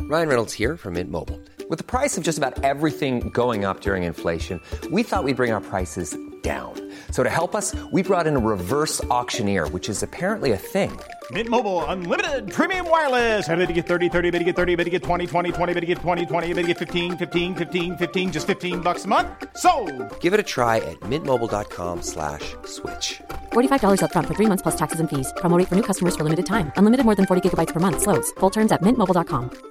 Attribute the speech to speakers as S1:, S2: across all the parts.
S1: Ryan Reynolds here from Mint Mobile. With the price of just about everything going up during inflation, we thought we'd bring our prices down. So to help us, we brought in a reverse auctioneer, which is apparently a thing.
S2: Mint Mobile unlimited premium wireless. Ready to get 30, 30, bet you get 30, bet you get 20, 20, 20, bet you get 20, 20, bet you get 15, 15, 15, 15 just 15 bucks a month. So,
S1: Give it a try at mintmobile.com slash switch.
S3: $45 up front for three months plus taxes and fees. Promo rate for new customers for limited time. Unlimited more than 40 gigabytes per month. Slows. Full terms at mintmobile.com.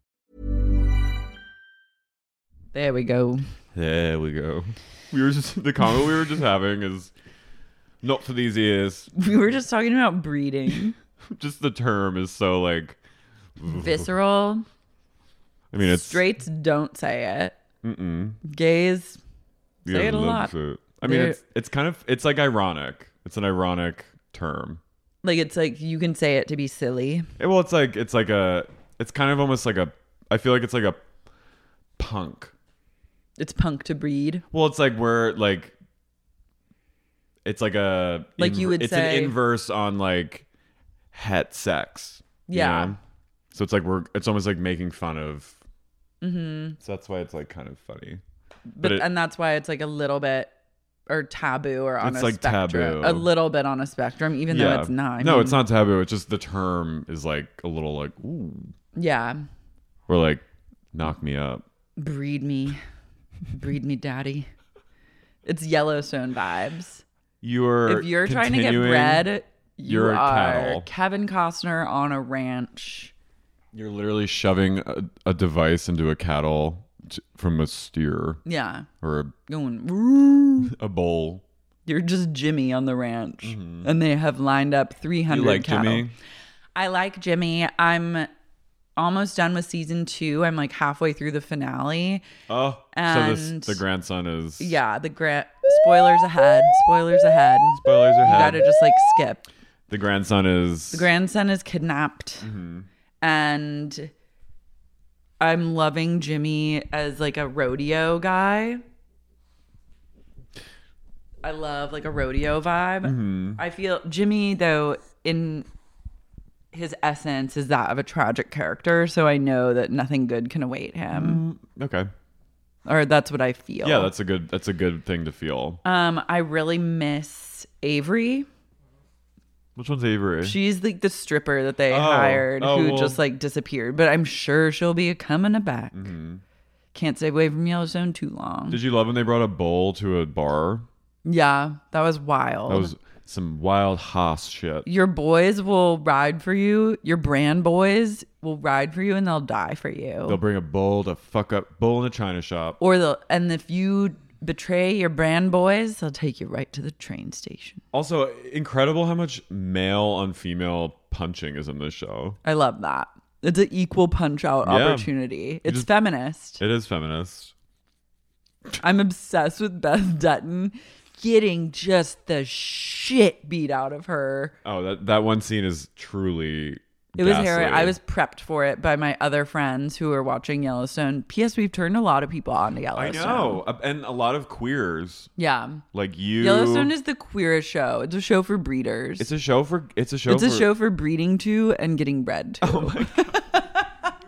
S4: There we go.
S5: There we go. We were just the comment we were just having is not for these ears.
S4: We were just talking about breeding.
S5: Just the term is so like.
S4: Visceral.
S5: I mean, it's
S4: Straights don't say it. Mm-mm. Gays.
S5: yeah,
S4: say it a
S5: loves
S4: lot.
S5: it. I mean,
S4: They're-
S5: it's it's kind of it's like ironic. It's an ironic term.
S4: Like it's like you can say it to be silly.
S5: Eh, well, it's like it's like a it's kind of almost like a. I feel like it's like a punk.
S4: It's punk to breed.
S5: Well, it's like where like it's like a
S4: Like you would
S5: it's
S4: say-
S5: an inverse on like het sex. you
S4: Yeah.
S5: know? So it's like we're it's almost like making fun of. Mm-hmm. So that's why it's like kind of funny.
S4: But,
S5: it-
S4: and that's why it's like a little bit or taboo or on
S5: It's
S4: a
S5: like
S4: spectrum.
S5: taboo.
S4: A little bit on a spectrum, even though it's not. I
S5: no,
S4: mean,
S5: it's not taboo. It's just the term is like a little like ooh
S4: Yeah.
S5: or like knock me up.
S4: Breed me. breed me, daddy. It's Yellowstone vibes.
S5: You're
S4: if you're trying to get
S5: continuing-
S4: bread, you
S5: you're a
S4: are
S5: cattle.
S4: Kevin Costner on a ranch.
S5: You're literally shoving a, a device into a cattle t- from a steer
S4: Yeah.
S5: or a,
S4: Going, "Woo."
S5: a bull.
S4: you're just Jimmy on the ranch,
S5: Mm-hmm.
S4: and they have lined up 300
S5: You like
S4: cattle.
S5: Jimmy?
S4: I like Jimmy. I'm almost done with season two. I'm like halfway through the finale.
S5: Oh, so
S4: And-
S5: this, the grandson is
S4: Yeah, the grant. Spoilers ahead. Spoilers ahead.
S5: Spoilers
S4: You
S5: ahead.
S4: gotta just like skip.
S5: the grandson is Mm-hmm.
S4: The grandson is kidnapped, and I'm loving Jimmy as like a rodeo guy. I love like a rodeo vibe.
S5: Mm-hmm.
S4: I feel Jimmy though in his essence is that of a tragic character, so I know that nothing good can await him,
S5: Mm, okay.
S4: or that's what I feel.
S5: Yeah, that's a good that's a good thing to feel.
S4: um. I really miss Avery.
S5: Which one's Avery?
S4: She's like the stripper that they
S5: Oh.
S4: hired
S5: Oh,
S4: who
S5: well-
S4: just like disappeared, but I'm sure she'll be a coming back. Can't stay away from Yellowstone too long.
S5: Mm-hmm. Did you love when they brought a bowl to a bar?
S4: yeah, that was wild.
S5: That was some wild hoss shit.
S4: Your boys will ride for you. Your brand boys will ride for you and they'll die for you.
S5: They'll bring a bowl to fuck up bowl in a china shop.
S4: or they'll, and if you betray your brand boys, they'll take you right to the train station.
S5: Also, incredible how much male on female punching is in this show.
S4: I love that. It's an equal punch out
S5: Yeah.
S4: opportunity. It's
S5: just-
S4: feminist.
S5: It is feminist.
S4: I'm obsessed with Beth Dutton getting just the shit beat out of her.
S5: Oh, that that one scene is truly
S4: It was
S5: Ghastly.
S4: harrowing. I was prepped for it by my other friends who were watching Yellowstone. P.S. We've turned a lot of people on to
S5: I
S4: Yellowstone.
S5: know, Uh, and a lot of queers.
S4: Yeah.
S5: like you.
S4: Yellowstone is the queerest show. It's a show for breeders.
S5: It's a show for. It's a show.
S4: It's
S5: for, Oh
S4: a show for breeding to and getting bred to.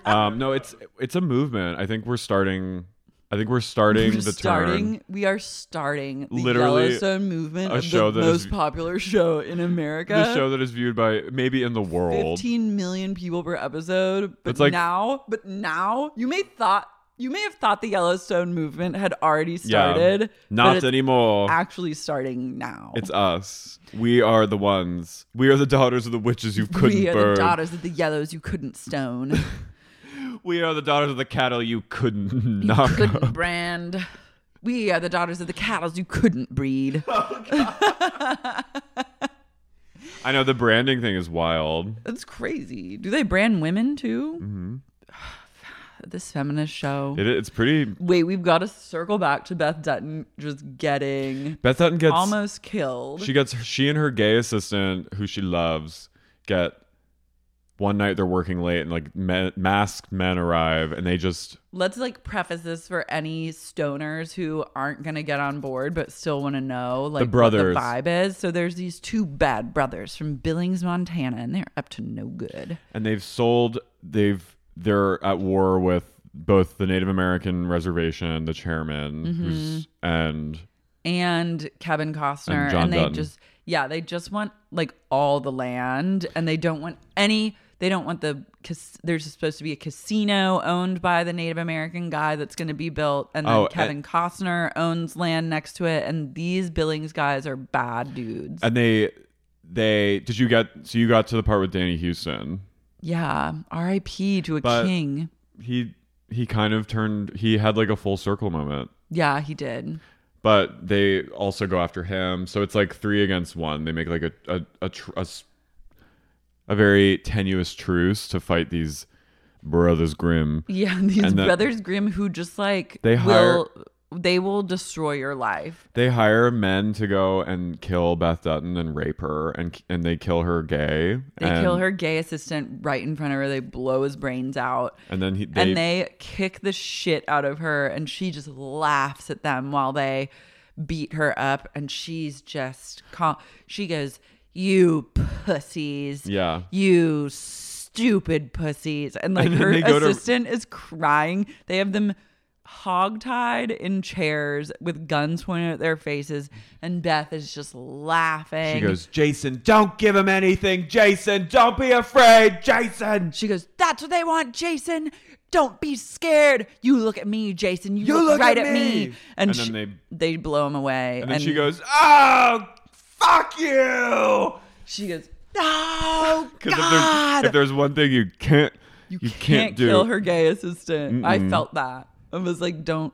S5: Um, no, it's it's a movement. I think we're starting. I think we're starting
S4: We're
S5: the
S4: starting.
S5: turn.
S4: We are starting the
S5: Literally
S4: Yellowstone movement,
S5: a
S4: of
S5: show
S4: the
S5: that is-
S4: most popular show in America.
S5: The show that is viewed by maybe in the world.
S4: 15 million people per episode but
S5: It's like-
S4: now but now you may thought you may have thought the yellowstone movement had already
S5: Yeah.
S4: started
S5: Not
S4: but it's
S5: anymore.
S4: actually starting now
S5: It's us. We are the ones. We are the daughters of the witches you couldn't
S4: we are
S5: burn.
S4: the daughters of the yellows you couldn't stone
S5: We are the daughters of the cattle you couldn't knock.
S4: couldn't brand we are the daughters of the cattle you couldn't breed
S5: Oh, I know the branding thing is wild.
S4: that's crazy do they brand women too
S5: Mm-hmm.
S4: this feminist show
S5: It, it's pretty.
S4: wait we've got to circle back to beth dutton just getting
S5: Beth Dutton gets
S4: almost killed
S5: She gets she and her gay assistant, who she loves, get one night they're working late and like me, masked men arrive and they just
S4: Let's like preface this for any stoners who aren't gonna get on board but still want to know like
S5: brothers.
S4: what the vibe is. So there's these two bad brothers from Billings, Montana, and they're up to no good.
S5: and they've sold they've they're at war with both the Native American reservation, the chairman,
S4: Mm-hmm.
S5: who's, and
S4: And Kevin Costner,
S5: And
S4: and,
S5: John
S4: they
S5: Dutton.
S4: just yeah, they just want like all the land, and they don't want any. They don't want the. Cas- there's supposed to be a casino owned by the Native American guy that's going to be built, and then
S5: Oh,
S4: Kevin Costner owns land next to it, and these Billings guys are bad dudes.
S5: and they they did you get so you got to the part with Danny Houston.
S4: Yeah, R.I.P. to a
S5: But-
S4: king.
S5: He he kind of turned he had like a full circle moment.
S4: Yeah, he did.
S5: but they also go after him. So it's like three against one. They make like a a a, tr- a s- a very tenuous truce to fight these brothers Grimm.
S4: Yeah, these
S5: And the-
S4: brothers Grimm who just like
S5: They hire-
S4: will they will destroy your life.
S5: They hire men to go and kill Beth Dutton and rape her, and and they kill her gay.
S4: They
S5: and,
S4: kill her gay assistant right in front of her. They blow his brains out.
S5: and then he, they,
S4: and they kick the shit out of her and she just laughs at them while they beat her up and she's just calm. she goes you pussies
S5: Yeah.
S4: you stupid pussies and like
S5: And then
S4: her
S5: they go to-
S4: assistant is crying they have them hogtied in chairs with guns pointed at their faces and beth is just laughing
S5: she goes, Jason, don't give him anything, Jason, don't be afraid, Jason.
S4: She goes, That's what they want, Jason. Don't be scared. You look at me, Jason. You,
S5: You
S4: look,
S5: look
S4: right
S5: at
S4: at me.
S5: me.
S4: And,
S5: And then
S4: she-
S5: they-
S4: they blow him away.
S5: and then she goes, oh, fuck you.
S4: She goes, No,
S5: Because if, there's-
S4: God.
S5: if there's one thing you can't, you,
S4: can't,
S5: do,
S4: kill her gay assistant. I
S5: Mm-mm.
S4: felt that. I was like, Don't,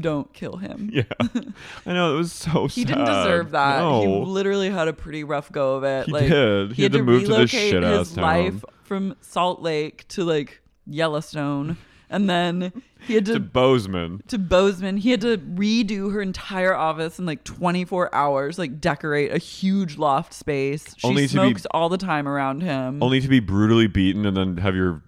S4: don't kill him.
S5: Yeah, I know it was so.
S4: He didn't deserve that. He
S5: No.
S4: literally had a pretty rough go of it.
S5: He
S4: like,
S5: did. He had to move to this
S4: relocate
S5: shit-ass
S4: his
S5: town.
S4: life from Salt Lake to like Yellowstone, and then he had
S5: to
S4: to
S5: Bozeman.
S4: to Bozeman. He had to redo her entire office in like 24 hours, like decorate a huge loft space. She
S5: Only to be-
S4: smokes all the time around him.
S5: Only to be brutally beaten and then have your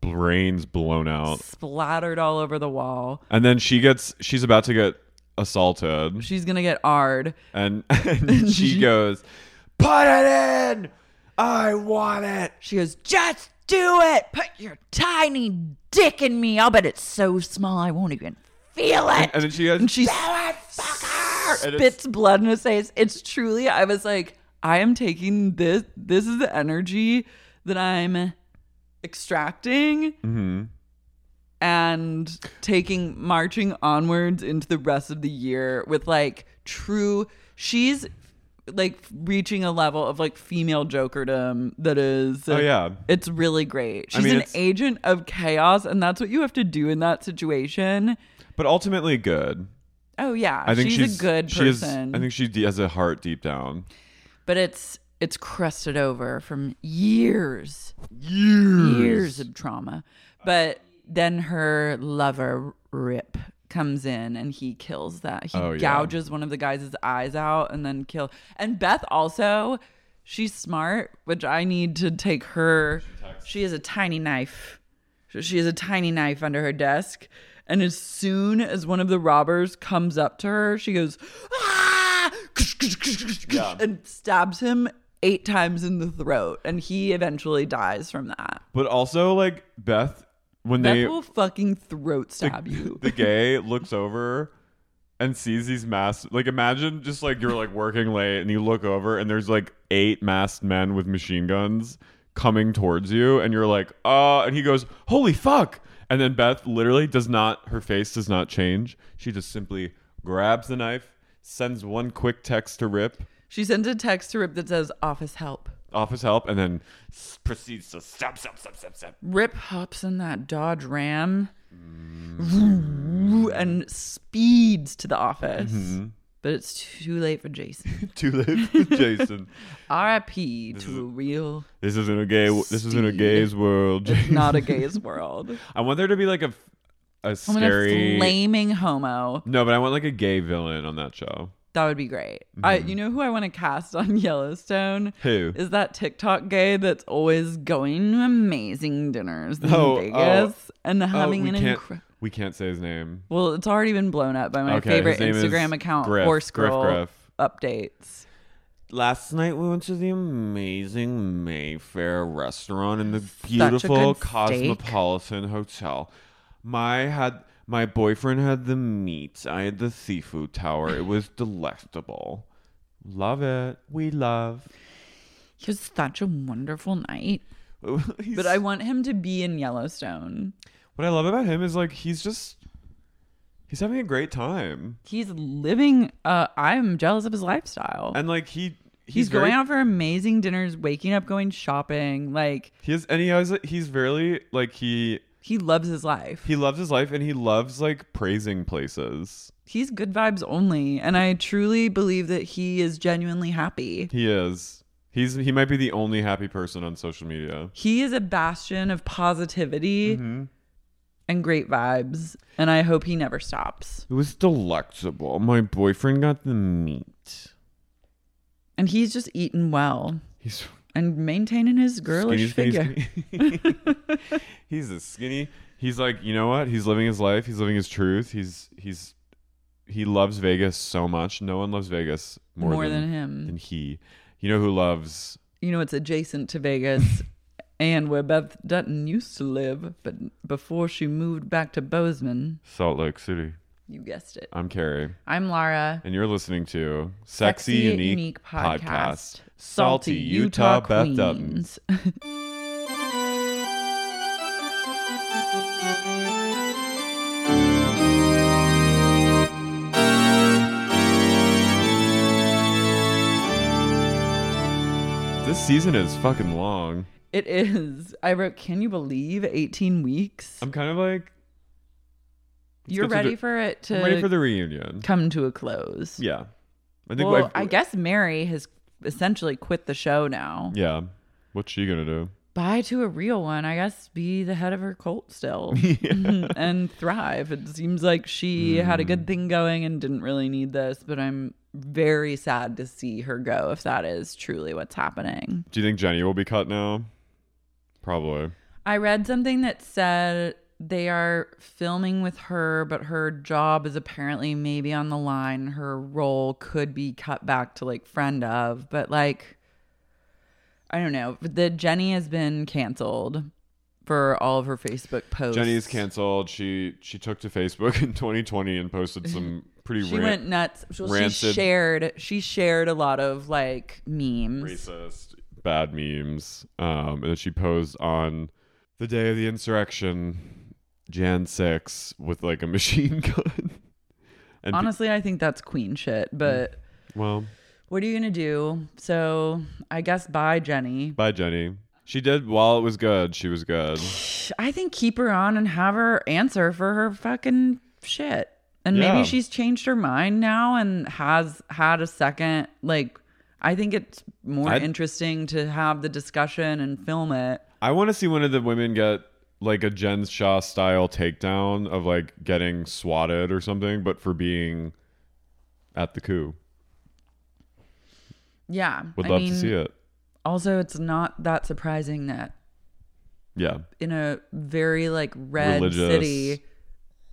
S5: brains blown out.
S4: splattered all over the wall.
S5: And then she gets she's about to get assaulted.
S4: She's gonna get R'd.
S5: And, and she goes, Put it in! I want it.
S4: She goes, just do it. Put your tiny dick in me. I'll bet it's so small I won't even feel it.
S5: And, and then she goes,
S4: And she
S5: "Do it, fucker!" And it's-
S4: spits blood in his face. It's truly, I was like, I am taking this. This is the energy that I'm extracting
S5: Mhm.
S4: and taking, marching onwards into the rest of the year with like true, she's like reaching a level of like female jokerdom that is
S5: Oh, yeah.
S4: it's really great
S5: I
S4: she's
S5: mean,
S4: an
S5: it's-
S4: agent of chaos and that's what you have to do in that situation
S5: But ultimately good.
S4: oh yeah
S5: I think
S4: she's,
S5: she's
S4: a good
S5: she is-
S4: person
S5: I think she has a heart deep down.
S4: but it's it's crusted over from years
S5: Years.
S4: years of trauma but then her lover rip comes in and he kills that he
S5: Oh, yeah.
S4: gouges one of the guys' eyes out and then kill and beth also she's smart which i need to take her She has a tiny knife. She has a tiny knife under her desk. And as soon as one of the robbers comes up to her, she goes, ah! and stabs him eight times in the throat. And he eventually dies from that.
S5: But also, like Beth, when
S4: Beth
S5: they
S4: will fucking throat stab you.
S5: the gay looks over and sees these masked like imagine just like you're like working late and you look over and there's like eight masked men with machine guns coming towards you and you're like uh and he goes holy fuck and then beth literally does not her face does not change she just simply grabs the knife sends one quick text to rip
S4: She sends a text to Rip that says, Office help.
S5: office help and then s- proceeds to stab stab stab stab stab
S4: Rip hops in that Dodge Ram and speeds to the office.
S5: Mhm.
S4: But it's too late for Jason.
S5: too late for Jason.
S4: RIP to a real.
S5: this isn't a gay this isn't a gay's world
S4: It's not a gay's world.
S5: i want there to be like a f- a
S4: I'm gonna
S5: scary
S4: flaming homo.
S5: No, but I want like a gay villain on that show.
S4: That would be great. I, you know who I want to cast on Yellowstone?
S5: Who?
S4: is that TikTok gay that's always going to amazing dinners in
S5: Oh,
S4: Vegas
S5: oh.
S4: and
S5: Oh,
S4: having
S5: we
S4: an
S5: can't-
S4: incredible.
S5: We can't say his name.
S4: Well, it's already been blown up by my
S5: Okay,
S4: favorite
S5: his name is
S4: Instagram account,
S5: Griff,
S4: Horse
S5: Griff,
S4: Girl
S5: Griff.
S4: updates.
S5: Last night we went to the amazing Mayfair restaurant in the
S4: a
S5: beautiful
S4: good steak.
S5: Cosmopolitan Hotel. My had my boyfriend had the meat. I had the seafood tower. It was delectable. Love it. We love.
S4: It was such a wonderful night. But I want him to be in Yellowstone.
S5: What I love about him is like he's just he's having a great time.
S4: He's living. Uh, I'm jealous of his lifestyle.
S5: And like he he's,
S4: he's, going
S5: very-
S4: out for amazing dinners, waking up, going shopping. Like
S5: He has, and he has, he's really like he
S4: he loves his life.
S5: he loves his life and he loves like praising places.
S4: He's good vibes only, and I truly believe that he is genuinely happy.
S5: He is. He's he might be the only happy person on social media.
S4: He is a bastion of positivity and great vibes, and I hope he never stops.
S5: It was delectable. My boyfriend got the meat.
S4: And he's just eating well.
S5: He's
S4: and maintaining his girlish
S5: Skinny,
S4: figure.
S5: skinny, He's a skinny. He's like, you know what? He's living his life. He's living his truth. He's he's he loves Vegas so much. No one loves Vegas more,
S4: More than him.
S5: Than he. You know who loves
S4: you know, it's adjacent to Vegas and where Beth Dutton used to live, but before she moved back to Bozeman,
S5: Salt Lake City?
S4: you guessed it.
S5: I'm Carrie.
S4: I'm Lara.
S5: And you're listening to Sexy, Unique, Podcast.
S4: Salty
S5: Salty
S4: Utah
S5: Utah,
S4: Queens.
S5: Beth Dutton. This season is fucking long.
S4: It is. I wrote, can you believe 18 weeks?
S5: I'm kind of like let's
S4: You're
S5: get to
S4: ready
S5: the-
S4: for it to
S5: I'm ready for the reunion.
S4: come to a close.
S5: Yeah. I
S4: well,
S5: I've-
S4: I guess Mary has essentially quit the show now.
S5: Yeah. What's she gonna do?
S4: Buy to a real one, I guess, be the head of her cult still and thrive. It seems like she had a good thing going and didn't really need this, but I'm very sad to see her go if that is truly what's happening.
S5: Do you think Jenny will be cut now? Probably.
S4: I read something that said they are filming with her, but her job is apparently maybe on the line. Her role could be cut back to like friend of, but like, I don't know. The Jenny has been canceled for all of her Facebook posts.
S5: Jenny is canceled. She she took to Facebook in 2020 and posted some pretty
S4: She
S5: ran-
S4: went nuts. Well, she
S5: rancid-
S4: shared. She shared a lot of like memes.
S5: racist bad memes. Um, and then she posed on the day of the insurrection, Jan 6, with like a machine gun. And pe- Mm.
S4: Honestly, I think that's queen shit. But
S5: well,
S4: what are you gonna do? So I guess bye, Jenny.
S5: bye Jenny. She did while it was good. She was good.
S4: I think keep her on and have her answer for her fucking shit. And
S5: Yeah.
S4: maybe she's changed her mind now and has had a second. Like, I think it's more
S5: I'd-
S4: interesting to have the discussion and film it.
S5: I want to see one of the women get like a Jen Shaw style takedown of like getting swatted or something, but for being at the coup.
S4: Yeah.
S5: Would
S4: I
S5: love
S4: mean,
S5: to see it.
S4: Also, it's not that surprising that
S5: Yeah.
S4: in a very like red
S5: Religious.
S4: city.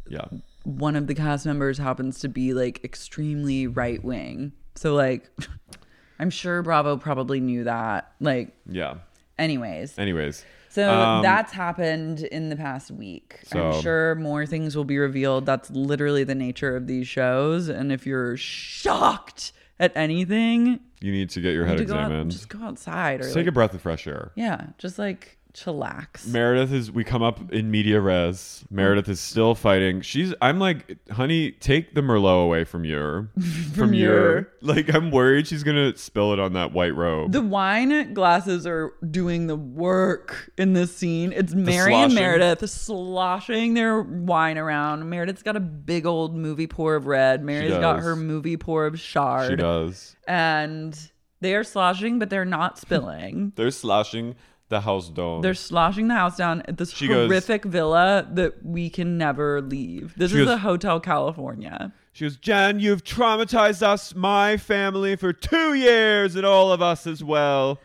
S5: Yeah.
S4: One of the cast members happens to be like extremely right wing. So like I'm sure Bravo probably knew that. Like
S5: Yeah.
S4: anyways.
S5: Anyways.
S4: So
S5: Um,
S4: that's happened in the past week.
S5: So-
S4: I'm sure more things will be revealed. That's literally the nature of these shows. And if you're shocked at anything,
S5: You need to get your head
S4: to go out-
S5: examined.
S4: just go outside or
S5: Just
S4: like,
S5: take a breath of fresh air.
S4: Yeah, just like chillax.
S5: Meredith is we come up in media res. Meredith is still fighting. She's I'm like, honey, take the Merlot away from your from your like I'm worried she's gonna spill it on that white robe.
S4: The wine glasses are doing the work in this scene. It's Mary and
S5: sloshing.
S4: Meredith sloshing their wine around. Meredith's got a big old movie pour of red. Mary's got
S5: does.
S4: her movie pour of shard.
S5: she does.
S4: And they are sloshing, but they're not spilling.
S5: They're sloshing the house dome.
S4: they're sloshing the house down at this
S5: She goes-
S4: horrific villa that we can never leave. This
S5: She
S4: is
S5: goes-
S4: a Hotel California.
S5: she goes, Jen, you've traumatized us, my family, for two years and all of us as well.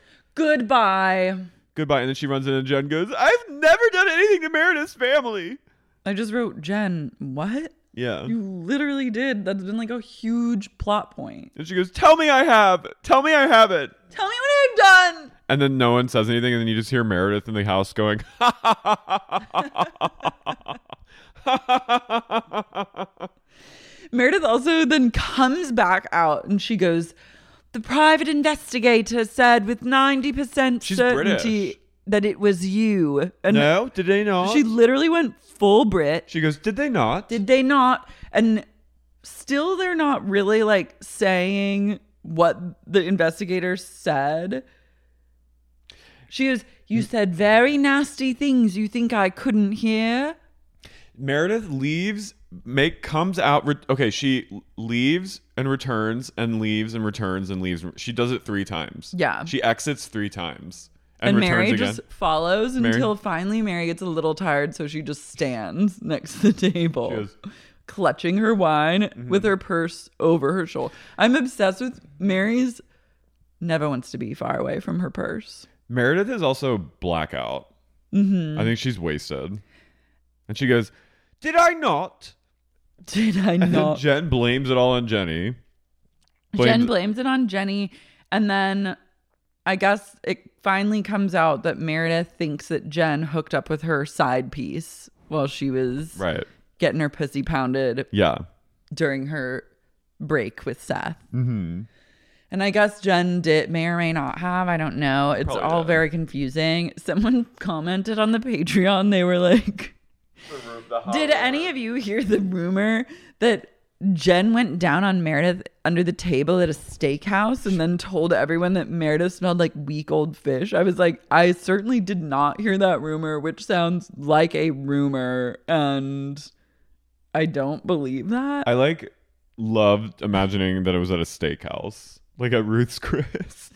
S4: Goodbye.
S5: Goodbye. And then she runs in and Jen goes, I've never done anything to Meredith's family.
S4: I just wrote, Jen, what?
S5: Yeah.
S4: You literally did. That's been like a huge plot point.
S5: And she goes, Tell me I have. Tell me I have it.
S4: Tell me what I've done.
S5: And then no one says anything, and then you just hear Meredith in the house going,
S4: Meredith also then comes back out and she goes, The private investigator said with 90% certainty
S5: British.
S4: that it was you. And
S5: No, did they not?
S4: She literally went full Brit.
S5: She goes, Did they not?
S4: Did they not? And still, they're not really like saying what the investigator said. She goes, You said very nasty things you think I couldn't hear.
S5: Meredith leaves, make comes out. Re- okay, she leaves and returns and leaves and returns and leaves. She does it three times.
S4: Yeah.
S5: She exits three times
S4: And,
S5: and, returns
S4: Mary
S5: again.
S4: just follows
S5: Mary-
S4: until finally Mary gets a little tired, so she just stands next to the table, clutching her wine with her purse over her shoulder. I'm obsessed with Mary's never wants to be far away from her purse.
S5: Meredith is also blackout.
S4: Mhm.
S5: I think she's wasted. And she goes, Did I not?
S4: Did I
S5: And then
S4: not?
S5: Jen blames it all on Jenny.
S4: Jen
S5: Blames-
S4: blames it on Jenny, and then I guess it finally comes out that Meredith thinks that Jen hooked up with her side piece while she was
S5: Right.
S4: getting her pussy pounded
S5: Yeah.
S4: during her break with Seth.
S5: Mm-hmm.
S4: And I guess Jen did may or may not have. I don't know. It's
S5: Probably
S4: all very confusing. Someone commented on the Patreon. They were like, "Did any of you hear the rumor that Jen went down on Meredith under the table at a steakhouse and then told everyone that Meredith smelled like week old fish?" I was like, "I certainly did not hear that rumor, which sounds like a rumor, and I don't believe that."
S5: I like loved imagining that it was at a steakhouse, like at Ruth's Chris.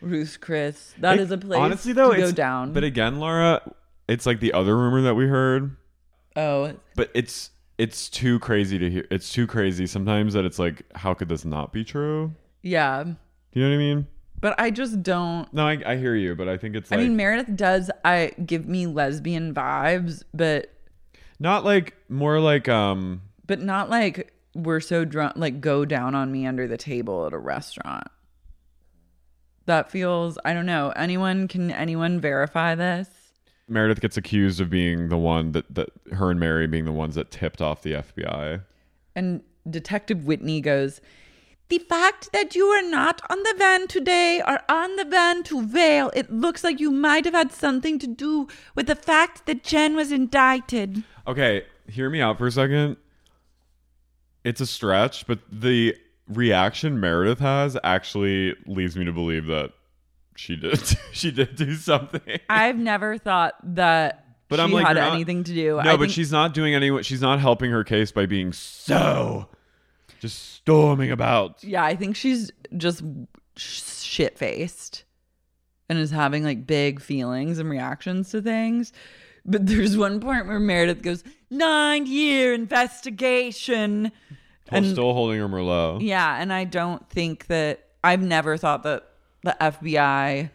S4: Ruth Chris, that
S5: It-
S4: is a place
S5: Honestly, though,
S4: to go
S5: it's,
S4: down.
S5: But again, Laura, it's like the other rumor that we heard.
S4: oh,
S5: But it's it's too crazy to hear. It's too crazy sometimes that it's like, how could this not be true?
S4: Yeah.
S5: Do you know what I mean?
S4: But I just don't.
S5: No, I, I hear you, but I think it's
S4: I
S5: like
S4: mean, Meredith does I give me lesbian vibes, but
S5: not like more like um
S4: but not like we're so drunk like go down on me under the table at a restaurant. That feels I don't know. Anyone can anyone verify this?
S5: Meredith gets accused of being the one that that her and Mary being the ones that tipped off the FBI.
S4: And Detective Whitney goes, The fact that you were not on the van today or on the van to Vale, it looks like you might have had something to do with the fact that Jen was indicted.
S5: Okay, hear me out for a second. It's a stretch, but the reaction Meredith has actually leads me to believe that she did she did do something.
S4: I've never thought that
S5: But
S4: she
S5: I'm like
S4: had
S5: you're not-
S4: anything to do.
S5: No,
S4: I
S5: but
S4: think-
S5: she's not doing any. She's not helping her case by being so just storming about.
S4: yeah, I think she's just shit faced and is having like big feelings and reactions to things. But there's one point where Meredith goes nine year investigation,
S5: While still holding her Merlot.
S4: yeah, and I don't think that I've never thought that the FBI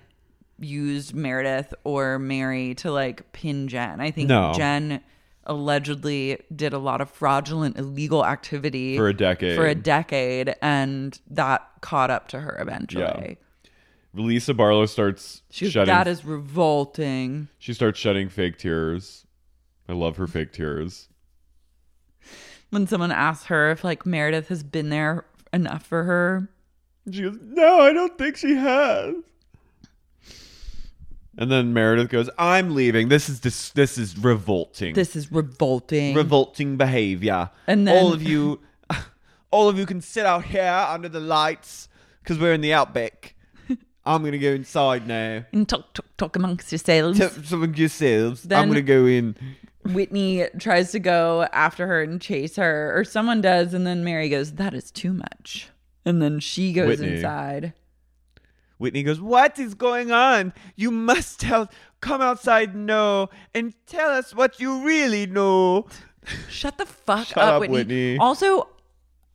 S4: used Meredith or Mary to like pin Jen. I think
S5: No.
S4: Jen allegedly did a lot of fraudulent illegal activity
S5: For a decade.
S4: For a decade and that caught up to her eventually.
S5: Lisa Barlow starts
S4: She
S5: shutting.
S4: that is revolting.
S5: she starts shedding fake tears. I love her fake tears.
S4: When someone asks her if like Meredith has been there enough for her.
S5: She goes, No, I don't think she has. And then Meredith goes, "I'm leaving. This is dis- this is revolting.
S4: This is revolting.
S5: revolting behavior.
S4: And then-
S6: all of you, all of you can sit out here under the lights because we're in the outback. I'm gonna go inside now.
S4: and talk, talk talk amongst yourselves.
S6: Tell some of yourselves.
S4: Then-
S6: I'm gonna go in.
S4: Whitney tries to go after her and chase her, or someone does, and then Mary goes, That is too much. And then she goes
S6: Whitney.
S4: inside.
S6: Whitney goes, "What is going on? You must tell. Come outside now and tell us what you really know."
S4: Shut the fuck
S6: Shut up, Whitney.
S4: Also,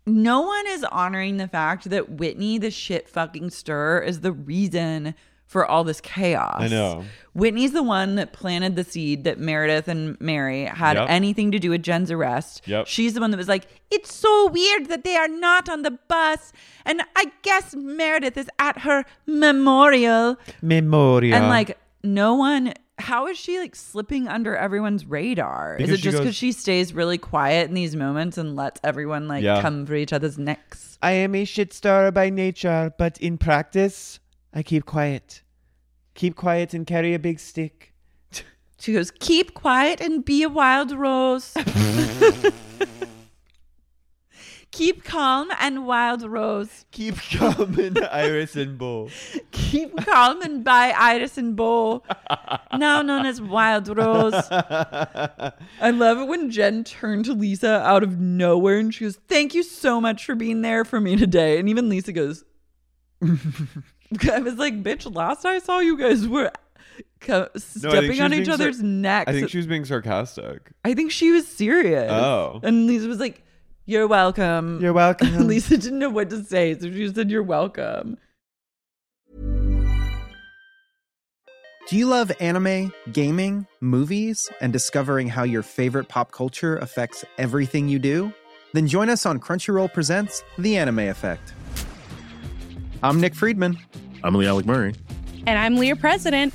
S4: no one is honoring the fact that Whitney, the shit fucking stir, is the reason for all this chaos.
S5: I know.
S4: Whitney's the one that planted the seed that Meredith and Mary had
S5: Yep.
S4: anything to do with Jen's arrest.
S5: Yep.
S4: She's the one that was like, It's so weird that they are not on the bus. And I guess Meredith is at her memorial.
S6: Memoria.
S4: And like, no one, how is she like slipping under everyone's radar?
S6: Because
S4: is it
S6: she
S4: just because
S6: goes-
S4: she stays really quiet in these moments and lets everyone like
S6: Yeah.
S4: come for each other's necks?
S6: I am a shit star by nature, but in practice, I keep quiet. Keep quiet and carry a big stick.
S4: She goes, keep quiet and be a wild rose. keep calm and wild rose.
S6: Keep calm and iris and bow.
S4: Keep calm and by Iris and Bo, now known as Wild Rose. I love it when Jen turned to Lisa out of nowhere and she goes, Thank you so much for being there for me today. And even Lisa goes, I was like, Bitch, last I saw you guys were co-
S5: No, I think
S4: stepping
S5: she was
S4: on each
S5: being sar-
S4: other's necks.
S5: I think she was being sarcastic.
S4: I think she was serious.
S5: Oh.
S4: And Lisa was like, You're welcome. You're
S6: welcome.
S4: Lisa didn't know what to say, so she said, You're welcome.
S7: Do you love anime, gaming, movies, and discovering how your favorite pop culture affects everything you do? Then join us on Crunchyroll Presents The Anime Effect. I'm Nick Friedman.
S8: I'm Lee Alec Murray.
S9: And I'm Leah President.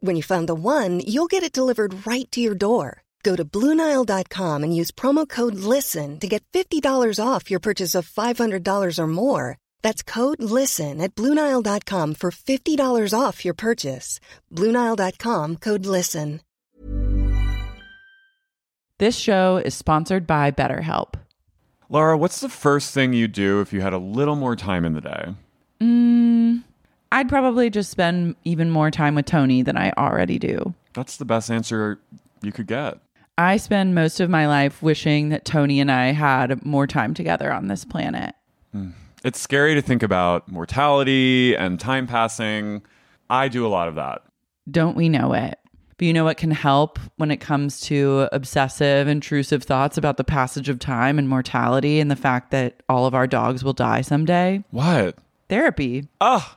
S10: When you find the one, you'll get it delivered right to your door. Go to Bluenile.com and use promo code LISTEN to get $50 off your purchase of $500 or more. That's code LISTEN at Bluenile.com for $50 off your purchase. Bluenile.com code LISTEN.
S4: This show is sponsored by BetterHelp.
S5: Laura, what's the first thing you do if you had a little more time in the day?
S4: Mm, I'd probably just spend even more time with Tony than I already do.
S5: That's the best answer you could get.
S4: I spend most of my life wishing that Tony and I had more time together on this planet.
S5: It's scary to think about mortality and time passing. I do a lot of that.
S4: Don't we know it? But you know what can help when it comes to obsessive, intrusive thoughts about the passage of time and mortality and the fact that all of our dogs will die someday?
S5: What?
S4: Therapy.
S5: Ah,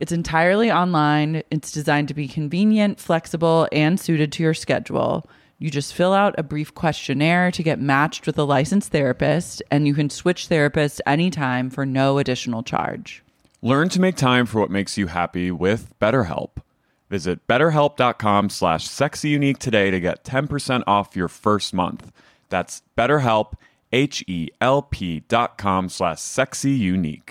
S4: It's entirely online, it's designed to be convenient, flexible, and suited to your schedule. You just fill out a brief questionnaire to get matched with a licensed therapist, and you can switch therapists anytime for no additional charge.
S5: Learn to make time for what makes you happy with BetterHelp. Visit betterhelp.com slash sexyunique today to get 10% off your first month. That's betterhelp, H-E-L-P dot com slash sexyunique.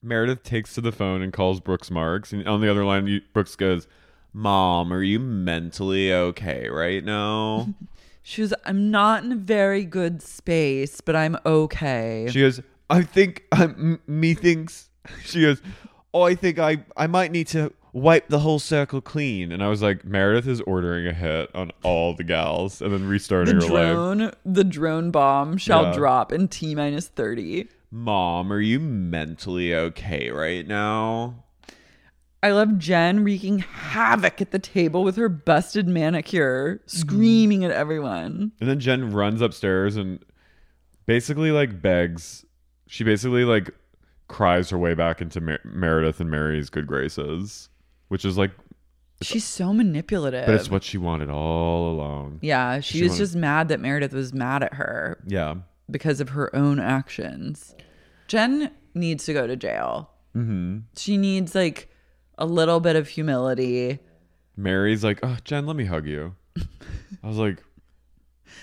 S6: Meredith takes to the phone and calls Brooks Marks. And on the other line, you, Brooks goes, Mom, are you mentally okay right now?
S4: She was, I'm not in a very good space, but I'm okay.
S6: she goes, I think, I, m- me thinks, she goes, oh, I think I, I might need to wipe the whole circle clean.
S5: And I was like, Meredith is ordering a hit on all the gals and then restarting
S4: the
S5: her life.
S4: drone, the drone bomb shall
S5: Yeah.
S4: drop in T minus 30.
S6: Mom, are you mentally okay right now?
S4: I love Jen wreaking havoc at the table with her busted manicure, screaming at everyone.
S5: And then Jen runs upstairs and basically like begs. She basically like cries her way back into Mer- Meredith and Mary's good graces, which is like,
S4: She's so manipulative.
S5: but it's what she wanted all along.
S4: yeah, she, was just mad that Meredith was mad at her
S5: yeah.
S4: because of her own actions. Jen needs to go to jail.
S5: Mm-hmm.
S4: She needs like a little bit of humility.
S5: Mary's like, oh, Jen, let me hug you. I was like,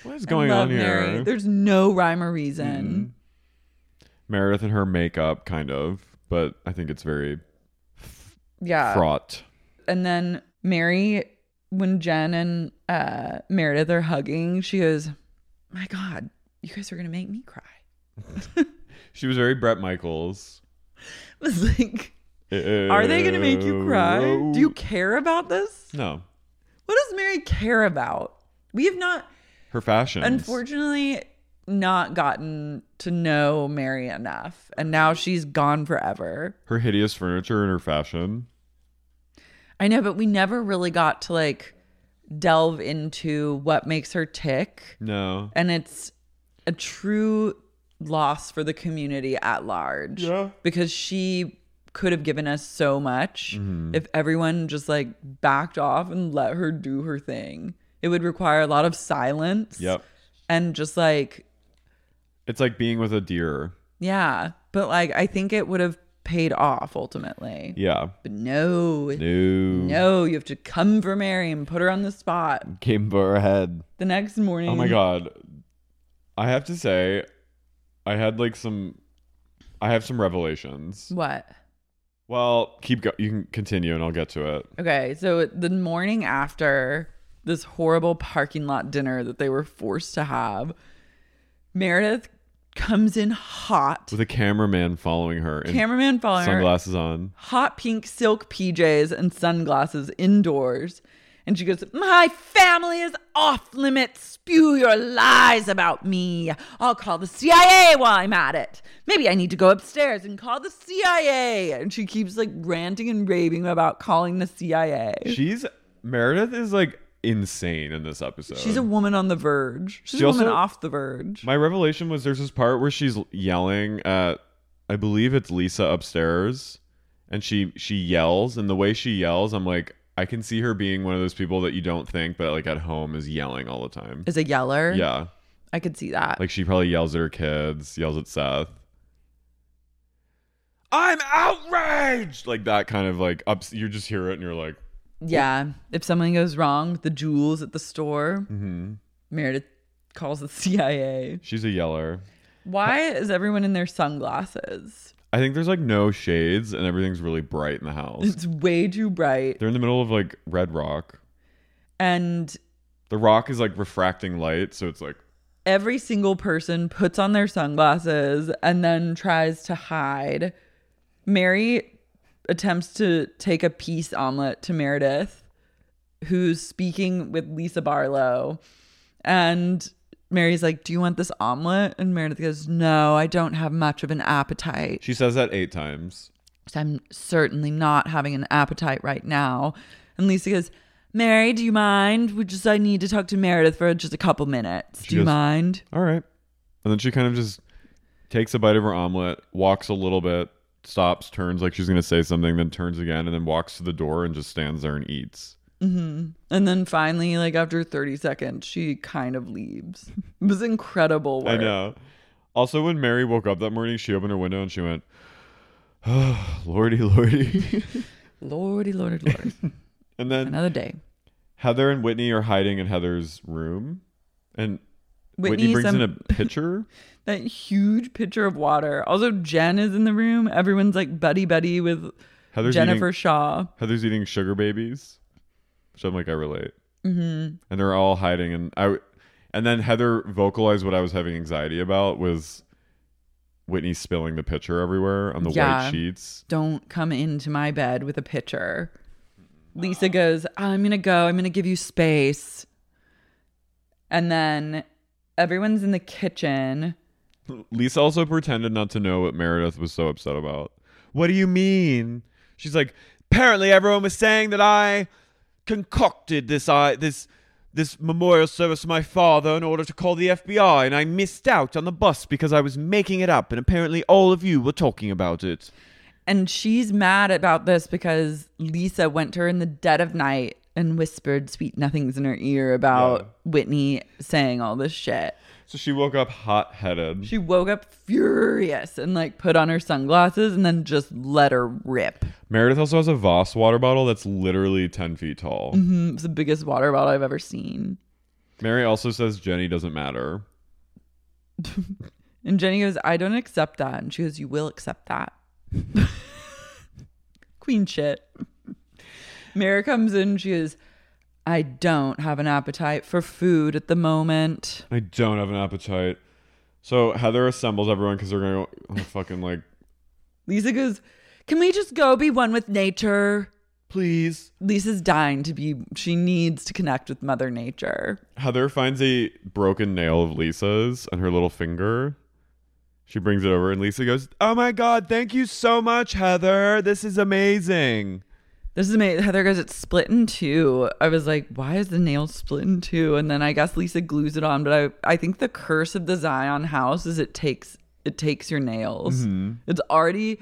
S5: what is
S4: I
S5: going
S4: love
S5: on here?
S4: Mary. There's no rhyme or reason.
S5: Mm-hmm. Meredith and her makeup, kind of, but I think it's very
S4: Yeah.
S5: fraught.
S4: And then Mary, when Jen and uh, Meredith are hugging, she goes, My God, you guys are going to make me cry.
S5: She was very Brett Michaels.
S4: I was like, Are they going to make you cry? Do you care about this?
S5: No,
S4: What does Mary care about? We have not,
S5: her fashion.
S4: unfortunately, not gotten to know Mary enough. And now she's gone forever.
S5: her hideous furniture and her fashion.
S4: I know, but we never really got to like delve into what makes her tick.
S5: No,
S4: and it's a true loss for the community at large.
S5: Yeah.
S4: Because she could have given us so much
S5: Mhm.
S4: if everyone just like backed off and let her do her thing. It would require a lot of silence.
S5: Yep.
S4: And just like,
S5: it's like being with a deer.
S4: yeah. But like, I think it would have paid off ultimately.
S5: Yeah.
S4: But no.
S5: No.
S4: No, you have to come for Mary and put her on the spot
S5: Came for her head.
S4: the next morning.
S5: Oh my god. I have to say, I had like some. I have some revelations.
S4: What?
S5: Well, keep go. You can continue, and I'll get to it.
S4: Okay, so the morning after this horrible parking lot dinner that they were forced to have, Meredith comes in hot,
S5: With a cameraman following her. and
S4: Cameraman following her.
S5: Sunglasses on.
S4: hot pink silk PJs and sunglasses indoors. And she goes, My family is off limits. Spew your lies about me. I'll call the CIA while I'm at it. Maybe I need to go upstairs and call the CIA. And she keeps like ranting and raving about calling the CIA.
S5: She's Meredith is like insane in this episode.
S4: She's a woman on the verge. She's
S5: She
S4: a woman
S5: also-
S4: off the verge.
S5: My revelation was there's this part where she's yelling at I believe it's Lisa upstairs and she she yells and the way she yells I'm like I I can see her being one of those people that you don't think, but like at home is yelling all the time.
S4: Is a yeller.
S5: Yeah.
S4: I could see that.
S5: Like she probably yells at her kids, yells at Seth.
S6: I'm outraged.
S5: Like that kind of like ups you just hear it and you're like
S4: yeah. If something goes wrong, the jewels at the store,
S5: Mhm.
S4: Meredith calls the CIA.
S5: she's a yeller.
S4: Why is everyone in their sunglasses?
S5: I think there's like no shades and everything's really bright in the house.
S4: It's way too bright.
S5: They're in the middle of like red rock.
S4: And
S5: The rock is like refracting light, so it's like
S4: every single person puts on their sunglasses and then tries to hide. Mary attempts to take a peace omelet to Meredith, who's speaking with Lisa Barlow. And Mary's like, Do you want this omelet? And Meredith goes, No, I don't have much of an appetite.
S5: she says that eight times.
S4: So I'm certainly not having an appetite right now. And Lisa goes, Mary, do you mind? We just I need to talk to Meredith for just a couple minutes.
S5: She
S4: do you
S5: goes,
S4: mind?
S5: All right. And then she kind of just takes a bite of her omelet, walks a little bit, stops, turns like she's going to say something, then turns again, and then walks to the door and just stands there and eats.
S4: hmm And then finally, like after 30 seconds, she kind of leaves. It was incredible.
S5: I
S4: work.
S5: know. Also, when Mary woke up that morning, she opened her window and she went, oh, Lordy, Lordy.
S4: Lordy, lordy, lordy.
S5: and then
S4: Another day.
S5: Heather and Whitney are hiding in Heather's room. And Whitney,
S4: Whitney,
S5: brings
S4: some-
S5: in a pitcher.
S4: That huge pitcher of water. Also, Jen is in the room. Everyone's like buddy buddy with
S5: Heather's
S4: Jennifer
S5: eating-
S4: Shaw.
S5: Heather's eating sugar babies, which I'm like, I relate.
S4: Mhm.
S5: And they're all hiding, and I, and then Heather vocalized what I was having anxiety about was Whitney spilling the pitcher everywhere on the
S4: Yeah.
S5: white sheets.
S4: Don't come into my bed with a pitcher. Lisa goes, I'm going to go. I'm going to give you space. And then everyone's in the kitchen.
S5: Lisa also pretended not to know what Meredith was so upset about. What do you mean?
S6: She's like, apparently everyone was saying that I concocted this I this this memorial service for my father in order to call the FBI, and I missed out on the bus because I was making it up, and apparently all of you were talking about it.
S4: And she's mad about this because Lisa went to her in the dead of night and whispered sweet nothings in her ear about Whitney saying all this shit.
S5: So she woke up hot headed.
S4: She woke up furious and like put on her sunglasses and then just let her rip.
S5: Meredith also has a Voss water bottle that's literally ten feet tall.
S4: Mhm. It's the biggest water bottle I've ever seen.
S5: Mary also says Jenny doesn't matter.
S4: And Jenny goes, I don't accept that. And she goes, You will accept that. Queen shit. Mara comes in, she goes, I don't have an appetite for food at the moment.
S5: I don't have an appetite. So Heather assembles everyone because they're gonna go, oh, fucking like
S4: Lisa goes, Can we just go be one with nature?
S5: Please.
S4: Lisa's dying to be, she needs to connect with Mother Nature.
S5: Heather finds a broken nail of Lisa's on her little finger. She brings it over and Lisa goes, "Oh my god, thank you so much, Heather. This is amazing."
S4: This is amazing. Heather goes, It's split in two. I was like, Why is the nail split in two? And then I guess Lisa glues it on. But I, I think the curse of the Zion house is it takes it takes your nails.
S5: Mhm.
S4: It's already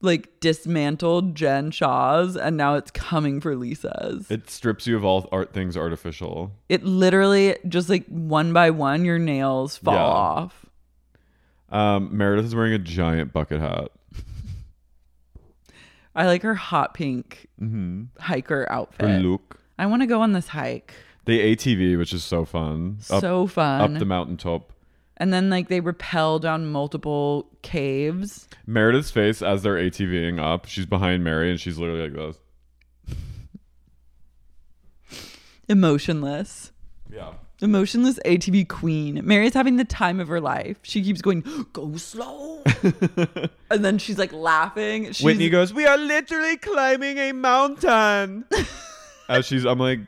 S4: like dismantled Jen Shaw's and now it's coming for Lisa's.
S5: It strips you of all art things artificial.
S4: It literally just like one by one your nails fall
S5: Yeah.
S4: off.
S5: Um, Meredith is wearing a giant bucket hat.
S4: I like her hot pink
S5: Mhm.
S4: hiker outfit.
S5: Her look.
S4: I want to go on this hike.
S5: The ATV, which is so fun. Up-
S4: So fun.
S5: Up the mountaintop.
S4: And then like they rappel down multiple caves.
S5: Meredith's face as they're ATVing up, she's behind Mary and she's literally like this.
S4: Emotionless.
S5: Yeah.
S4: Emotionless ATV queen. Mary's having the time of her life. She keeps going, go slow. and then she's like laughing. She's,
S6: Whitney goes, We are literally climbing a mountain.
S5: As she's, I'm like,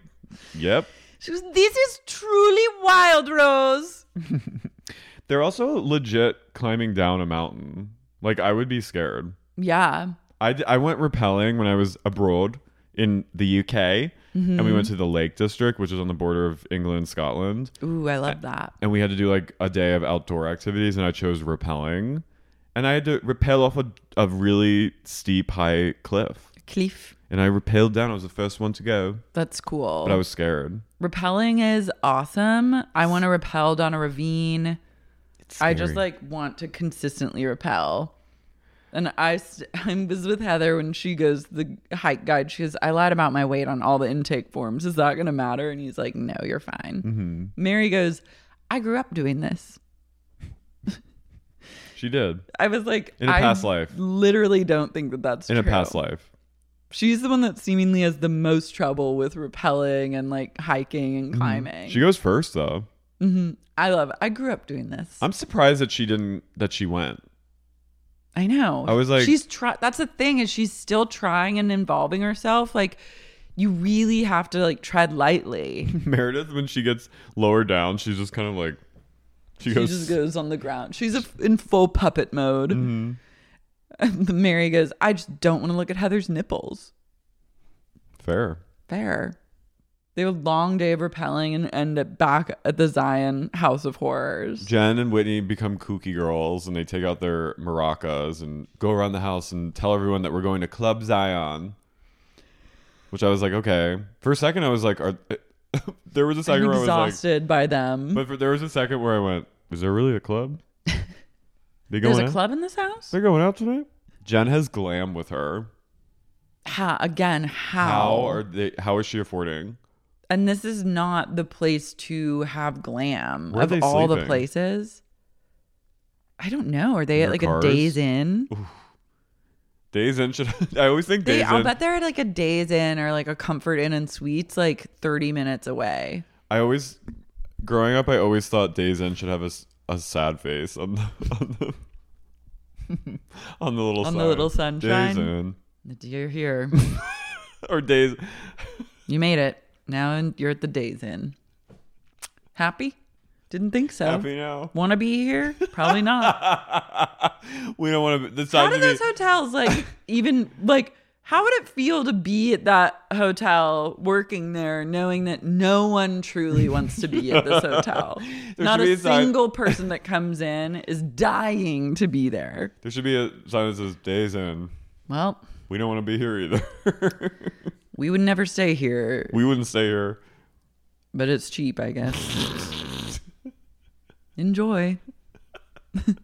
S5: yep.
S4: She goes, This is truly wild, Rose.
S5: They're also legit climbing down a mountain. Like, I would be scared.
S4: Yeah.
S5: I, d- I went rappelling when I was abroad in the UK, and we
S4: Mhm.
S5: went to the Lake District, which is on the border of England and Scotland.
S4: Ooh, I love that.
S5: and we had to do like a day of outdoor activities and i chose rappelling and i had to rappel off a, a really steep high cliff
S4: cliff.
S5: And I repelled down. I was the first one to go.
S4: That's cool.
S5: But I was scared.
S4: Repelling is awesome. I want to repel down a ravine. I just
S5: scary.
S4: like want to consistently repel. And I, st- I was with Heather when she goes to the hike guide. She goes, I lied about my weight on all the intake forms. Is that going to matter? And he's like, No, you're fine.
S5: Mhm.
S4: Mary goes, I grew up doing this.
S5: She did.
S4: I was like,
S5: In a
S4: I
S5: past life.
S4: Literally don't think that that's
S5: In a
S4: true.
S5: past life.
S4: She's the one that seemingly has the most trouble with repelling and like hiking and climbing.
S5: Mm-hmm. She goes first though.
S4: hmm I love. It. I grew up doing this.
S5: I'm surprised that she didn't that she went.
S4: I know.
S5: I was like-
S4: she's try. That's the thing is she's still trying and involving herself. Like, you really have to like tread lightly.
S5: Meredith when she gets lower down, she's just kind of like she
S4: She,
S5: goes
S4: just goes on the ground. She's a, in full puppet mode. And Mary goes, I just don't want to look at Heather's nipples.
S5: fair.
S4: Fair. They have a long day of repelling and end up back at the Zion House of Horrors.
S5: Jen and Whitney become kooky girls and they take out their maracas and go around the house and tell everyone that we're going to Club Zion. Which I was like, okay. For a second I was like, are there was a
S4: I'm
S5: second where I was like
S4: exhausted Hmm? by them.
S5: But for, there was a second where I went, "Is there really a club? They
S4: There's
S5: going
S4: a
S5: out?
S4: club in this house?
S5: They're going out tonight. Jen has glam with her.
S4: How, again, how?
S5: How are they? How is she affording?
S4: and this is not the place to have glam
S5: Where are
S4: of
S5: they
S4: all the
S5: sleeping?
S4: places. I don't know. Are they
S5: In
S4: at
S5: their
S4: like
S5: cars?
S4: a days in?
S5: Days in should. I always think
S4: They,
S5: days
S4: I'll
S5: in.
S4: bet they're at like a days in or like a comfort inn and suites, like thirty minutes away.
S5: I always, growing up, I always thought days in should have a, s- a sad face on the on the, on the little
S4: on
S5: sign.
S4: the little sunshine.
S5: Days in
S4: The deer here.
S5: or days.
S4: you made it. Now and you're at the days in. Happy? Didn't think so.
S5: Happy now.
S4: Want to be here? Probably not.
S5: We don't want to. The
S4: how
S5: sign
S4: do
S5: to be-
S4: those hotels like even like? How would it feel to be at that hotel, working there, knowing that no one truly wants to be at this hotel?
S5: There
S4: Not
S5: should be
S4: a
S5: a sign.
S4: single person that comes in is dying to be there.
S5: There should be a sign that says days in.
S4: Well,
S5: We don't want to be here either.
S4: we would never stay here,
S5: we wouldn't stay here.
S4: but it's cheap, I guess. Enjoy.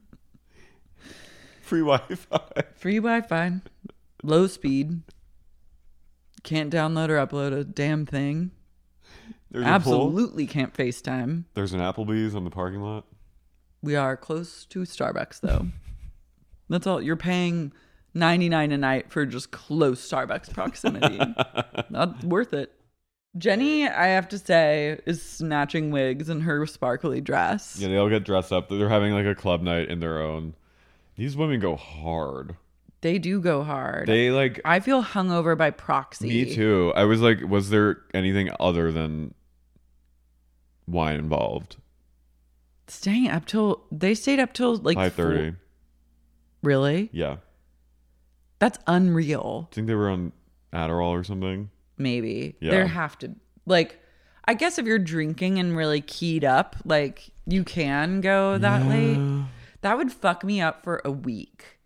S5: Free Wi-Fi.
S4: Free Wi-Fi. Low speed. Can't download or upload a damn thing.
S5: There's a pool.
S4: Absolutely can't FaceTime.
S5: There's an Applebee's on the parking lot.
S4: We are close to Starbucks though. That's all. You're paying 99 a night for just close Starbucks proximity. Not worth it. Jenny, I have to say, is snatching wigs in her sparkly dress.
S5: Yeah, they all get dressed up. They're having like a club night in their own. These women go hard.
S4: They do go hard.
S5: They like
S4: I feel hungover by proxy.
S5: me too. I was like, was there anything other than wine involved?
S4: Staying up till they stayed up till like
S5: Five thirty.
S4: four- Really?
S5: Yeah,
S4: That's unreal.
S5: I think they were on Adderall or something.
S4: Maybe
S5: Yeah.
S4: there have to like. I guess if you're drinking and really keyed up, like you can go that late. That would fuck me up for a week.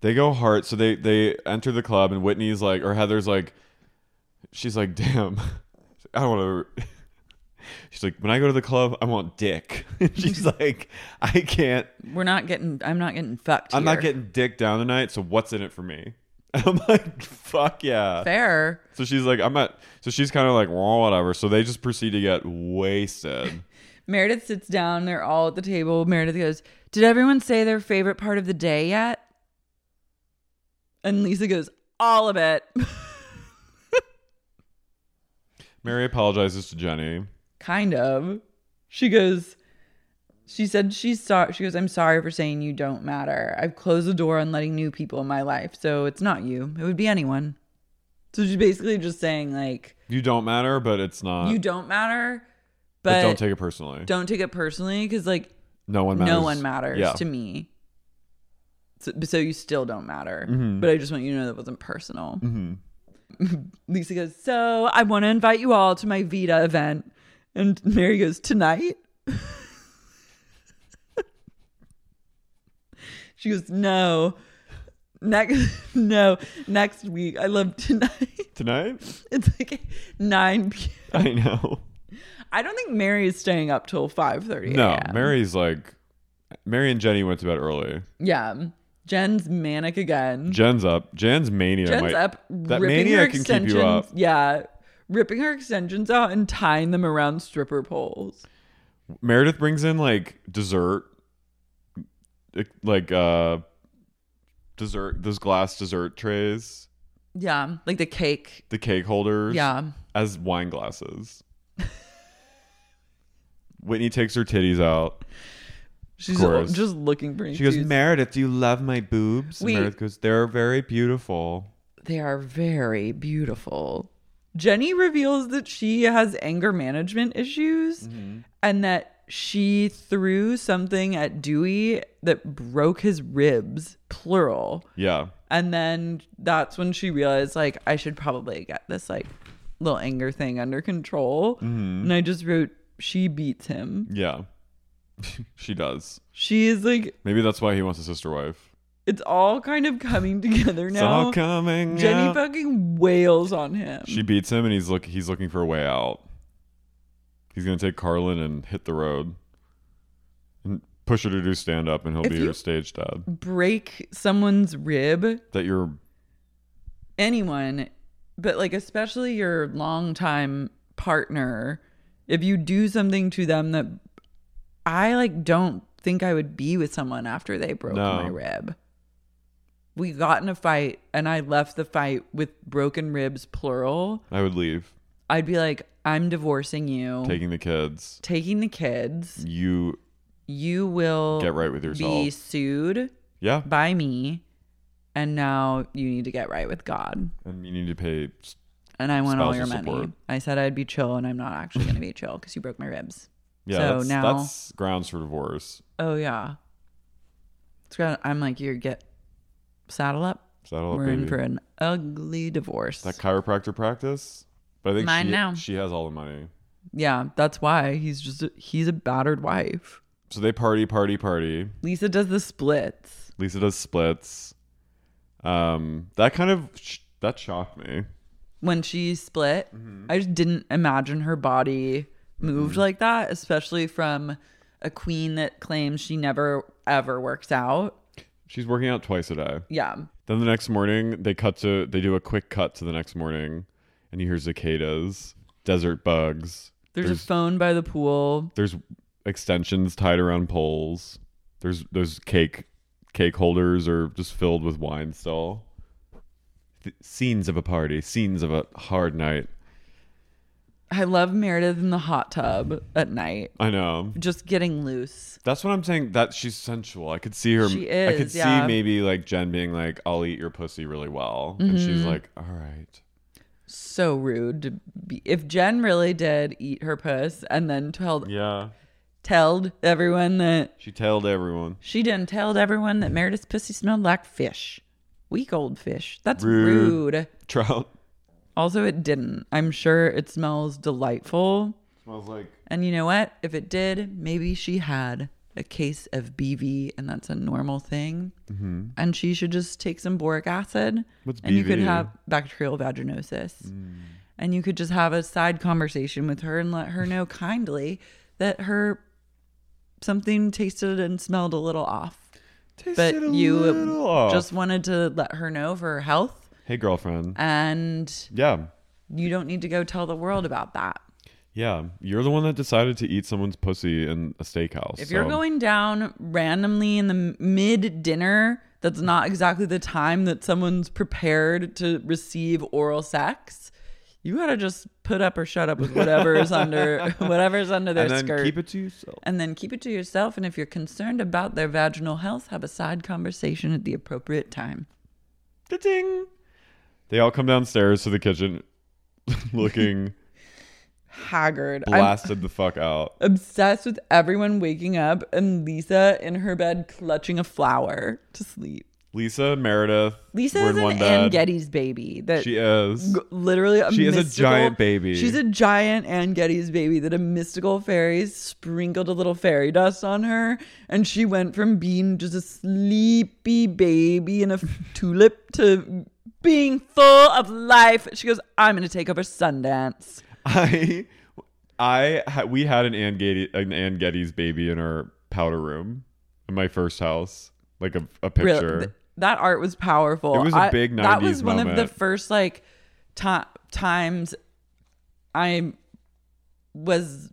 S5: They go hard. So they they enter the club and Whitney's like, or Heather's like, she's like, damn, I don't want to. She's like, when I go to the club, I want dick. she's like, I can't.
S4: We're not getting. I'm not getting fucked.
S5: I'm not
S4: here.
S5: getting dick down tonight, so what's in it for me? I'm like, fuck yeah.
S4: fair.
S5: So she's like, I'm not. So she's kind of like, well, whatever. So they just proceed to get wasted.
S4: Meredith sits down. They're all at the table. Meredith goes, "Did everyone say their favorite part of the day yet?" And Lisa goes, "All of it."
S5: Mary apologizes to Jenny.
S4: kind of. She goes, she said she's sorry. She goes, I'm sorry for saying you don't matter. I've closed the door on letting new people in my life, so it's not you. It would be anyone. So she's basically just saying like,
S5: You don't matter, but it's not.
S4: you don't matter,
S5: But,
S4: but,
S5: don't take it personally.
S4: Don't take it personally because like
S5: No one matters.
S4: No one matters
S5: Yeah.
S4: to me. So, so you still don't matter.
S5: Mhm.
S4: But I just want you to know that wasn't personal.
S5: hmm
S4: Lisa goes, So I want to invite you all to my Vita event. And Mary goes, Tonight? she goes, No,
S1: Next, no, next week. I love tonight.
S5: Tonight?
S1: It's like nine p.m.
S5: I know.
S1: I don't think Mary is staying up till five thirty.
S5: No, Mary's like, Mary and Jenny went to bed early.
S1: Yeah, Jen's manic again.
S5: Jen's up. Jen's mania.
S1: Jen's
S5: might-
S1: up
S5: That
S1: ripping her
S5: mania can keep
S1: extensions.
S5: you up.
S1: Yeah, ripping her extensions out and tying them around stripper poles.
S5: Meredith brings in like dessert, like uh, dessert. Those glass dessert trays,
S1: Yeah, like the cake.
S5: the cake holders,
S1: Yeah.
S5: as wine glasses. Whitney takes her titties out.
S1: She's
S5: Of course.
S1: just looking for.
S5: She goes,
S1: enthusi-
S5: Meredith, do you love my boobs? And
S1: Wait.
S5: Meredith goes, they're very beautiful.
S1: They are very beautiful. Jenny reveals that she has anger management issues and that she threw something at Dewey that broke his ribs, plural.
S5: Yeah.
S1: And then that's when she realized, like, I should probably get this, like, little anger thing under control.
S5: Mhm.
S1: And I just wrote, she beats him.
S5: Yeah. she does.
S1: She is like,
S5: Maybe that's why he wants a sister wife.
S1: it's all kind of coming together
S5: It's
S1: now.
S5: all coming
S1: Jenny
S5: out.
S1: fucking wails on him.
S5: She beats him and he's look he's looking for a way out. He's gonna take Carlin and hit the road. And push her to do stand up and he'll
S1: If
S5: be
S1: you-
S5: your stage dad.
S1: break someone's rib,
S5: That you're
S1: anyone, but like especially your longtime partner, if you do something to them that I like don't think I would be with someone after they broke
S5: No.
S1: my rib. We got in a fight and I left the fight with broken ribs plural.
S5: I would leave.
S1: I'd be like, I'm divorcing you.
S5: Taking the kids.
S1: taking the kids.
S5: You
S1: You will
S5: Get right with
S1: Be
S5: yourself.
S1: sued
S5: Yeah.
S1: by me, and now you need to get right with God.
S5: And you need to pay s-
S1: And I want all your
S5: spousal
S1: money.
S5: support.
S1: I said I'd be chill, and I'm not actually going to be chill because you broke my ribs.
S5: Yeah,
S1: So
S5: that's,
S1: now,
S5: that's grounds for divorce.
S1: oh yeah, it's got. I'm like, you get saddle up.
S5: Saddle up,
S1: We're in
S5: baby.
S1: for an ugly divorce.
S5: That chiropractor practice. But I think
S1: Mine
S5: she,
S1: now.
S5: she has all the money.
S1: yeah, that's why he's just a, he's a battered wife.
S5: So they party, party, party.
S1: Lisa does the splits.
S5: Lisa does splits. Um, that kind of sh- that shocked me.
S1: when she split, I just didn't imagine her body moved like that, especially from a queen that claims she never ever works out.
S5: She's working out twice a day.
S1: Yeah.
S5: Then the next morning, they cut to they do a quick cut to the next morning, and you hear cicadas, desert bugs.
S1: There's, a phone by the pool.
S5: there's extensions tied around poles. There's those cake cake holders are just filled with wine still. Th- scenes of a party, scenes of a hard night.
S1: I love Meredith in the hot tub at night,
S5: I know.
S1: just getting loose.
S5: That's what I'm saying. That she's sensual. I could see her.
S1: She
S5: I could
S1: is, yeah.
S5: see maybe like Jen being like, "I'll eat your pussy really well," and she's
S1: Mhm.
S5: like, "All right."
S1: So rude to be. If Jen really did eat her puss and then told,
S5: Yeah.
S1: told everyone that
S5: She tailed everyone.
S1: She done told everyone that Meredith's pussy smelled like fish. Weak old fish. That's
S5: Rude.
S1: rude.
S5: Trout
S1: Also, it didn't. I'm sure it smells delightful.
S5: smells like
S1: And you know what? If it did, maybe she had a case of BV and that's a normal thing.
S5: Mhm.
S1: And she should just take some boric acid.
S5: What's
S1: and you could
S5: BV?
S1: have bacterial vaginosis.
S5: Mm.
S1: And you could just have a side conversation with her and let her know kindly that her something tasted and smelled a little off. but you
S5: off.
S1: just wanted to let her know for her health
S5: Hey, girlfriend.
S1: and
S5: yeah,
S1: you don't need to go tell the world about that.
S5: yeah. You're the one that decided to eat someone's pussy in a steakhouse.
S1: If you're
S5: so-
S1: going down randomly in the mid dinner, that's not exactly the time that someone's prepared to receive oral sex. You gotta just put up or shut up with whatever's under whatever's under their
S5: And then
S1: skirt.
S5: keep it to yourself.
S1: And then keep it to yourself. And if you're concerned about their vaginal health, have a side conversation at the appropriate time.
S5: Da-ding. they all come downstairs to the kitchen, looking
S1: Haggard. I'm-
S5: blasted the fuck out.
S1: obsessed with everyone waking up and Lisa in her bed clutching a flower to sleep.
S5: Lisa and Meredith.
S4: Lisa
S5: were
S4: is
S5: in one
S4: an
S5: bed.
S4: Ann Getty's baby. That
S5: She is.
S4: g- literally. A
S5: She is a
S4: mystical-
S5: giant baby.
S4: She's a giant Ann Getty's baby. That a mystical fairy sprinkled a little fairy dust on her, and she went from being just a sleepy baby in a tulip to being full of life. She goes, "I'm going to take over Sundance."
S5: I, I ha- we had an Ann, Getty, an Ann Getty's baby in our powder room in my first house, like a, a picture.
S4: Really, th- that art was powerful.
S5: It was a
S4: I-
S5: big
S4: That was
S5: 90s
S4: one of the
S5: moment.
S4: first like ti times I was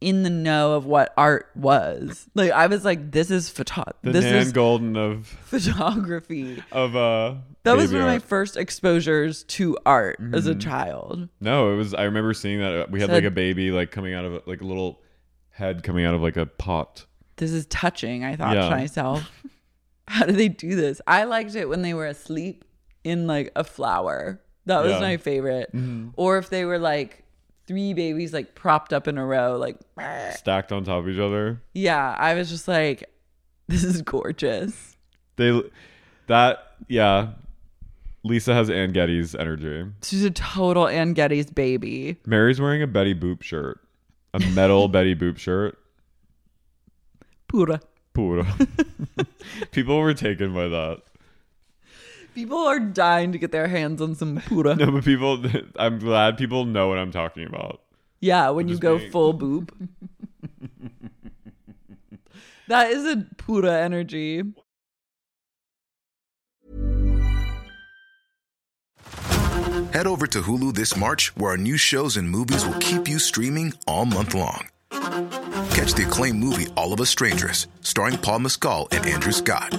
S4: in the know of what art was. Like I was like, this is photo.
S5: the
S4: this
S5: Nan
S4: is
S5: Golden of
S4: photography.
S5: of uh.
S4: That was
S5: baby
S4: one of my
S5: art.
S4: first exposures to art as a
S5: Mhm.
S4: child.
S5: No, it was. I remember seeing that uh, we had
S4: Said-
S5: like a baby like coming out of a- like a little head coming out of like a pot.
S4: This is touching. I thought
S5: Yeah.
S4: to myself, how do they do this? I liked it when they were asleep in like a flower. That was
S5: Yeah.
S4: my favorite.
S5: Mhm.
S4: Or if they were like three babies like propped up in a row, like
S5: stacked on top of each other.
S4: yeah, I was just like, this is gorgeous.
S5: They that yeah. Lisa has Ann Getty's energy.
S4: She's a total Ann Getty's baby.
S5: Mary's wearing a Betty Boop shirt, a metal Betty Boop shirt.
S4: Pura.
S5: Puro. People were taken by that.
S4: People are dying to get their hands on some pura.
S5: No, but people. I'm glad people know what I'm talking about.
S4: yeah, when you
S5: Just
S4: go
S5: being-
S4: full boob. that is a pura energy.
S11: Head over to Hulu this March, where our new shows and movies will keep you streaming all month long. Catch the acclaimed movie All of Us Strangers, starring Paul Mescal and Andrew Scott.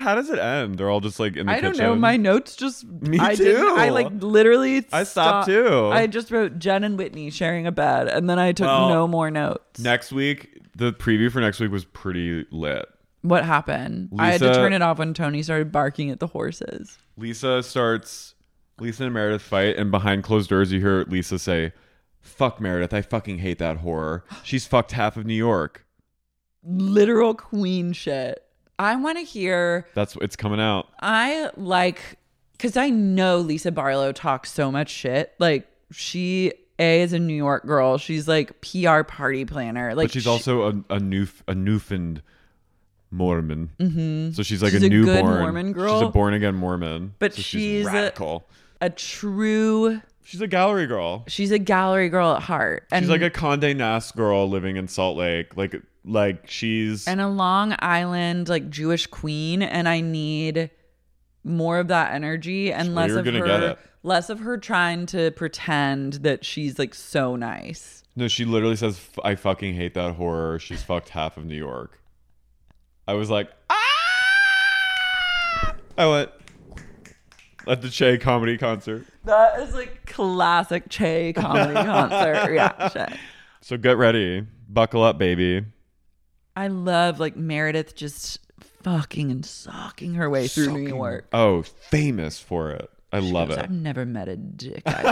S5: How does it end? They're all just like in the
S4: I don't know.
S5: kitchen.
S4: My notes just
S5: Me
S4: I didn't- I
S5: too.
S4: like literally.
S5: I stopped too.
S4: I just wrote Jen and Whitney sharing a bed, and then I took
S5: Well-
S4: no more notes.
S5: Next week, the preview for next week was pretty lit.
S4: What happened? I had to
S5: Lisa-
S4: turn it off when Tony started barking at the horses.
S5: Lisa starts. Lisa and Meredith fight, and behind closed doors, you hear Lisa say, "Fuck Meredith, I fucking hate that horror. She's fucked half of New York.
S4: Literal queen shit. I want to hear.
S5: That's it's coming out."
S4: I like because I know Lisa Barlow talks so much shit. Like she a is a New York girl. She's like PR party planner. Like
S5: but she's
S4: she-
S5: also a a new a newfound Mormon.
S4: Mhm.
S5: So she's like
S4: She's
S5: a
S4: a good
S5: newborn
S4: Mormon
S5: She's
S4: girl.
S5: a born again Mormon.
S4: But
S5: So
S4: she's a-
S5: radical.
S4: a true.
S5: She's a gallery girl.
S4: She's a gallery girl at heart. And
S5: she's like a Condé Nast girl living in Salt Lake. Like like she's
S4: and a Long Island like Jewish queen, and I need more of that energy and
S5: where
S4: less
S5: you're
S4: of
S5: gonna
S4: her
S5: get it.
S4: less of her trying to pretend that she's like so nice.
S5: no. She literally says, "F- "I fucking hate that horror." She's fucked half of New York. I was like, ah! I went at the Che comedy concert.
S4: That is like classic Che comedy concert reaction.
S5: So get ready, buckle up, baby.
S4: I love like Meredith just fucking and socking her way through New York.
S5: Oh, famous for it. I love
S4: Goes,
S5: it.
S4: I've never met a dick I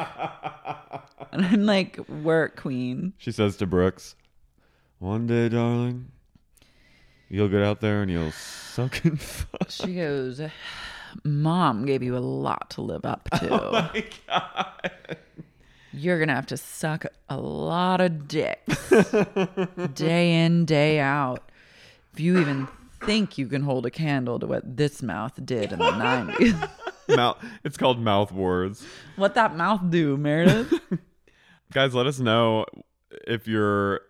S4: don't suck. And I'm like, work queen.
S5: She says to Brooks, "One day, darling, you'll get out there and you'll suck and fuck."
S4: She goes, Mom gave you a lot to live up to. Oh my
S5: God.
S4: You're gonna have to suck a lot of dicks day in, day out. If you even think you can hold a candle to what this mouth did in the 90s.
S5: Mouth. It's called mouth wars.
S4: what that mouth do, Meredith?
S5: Guys, let us know if you're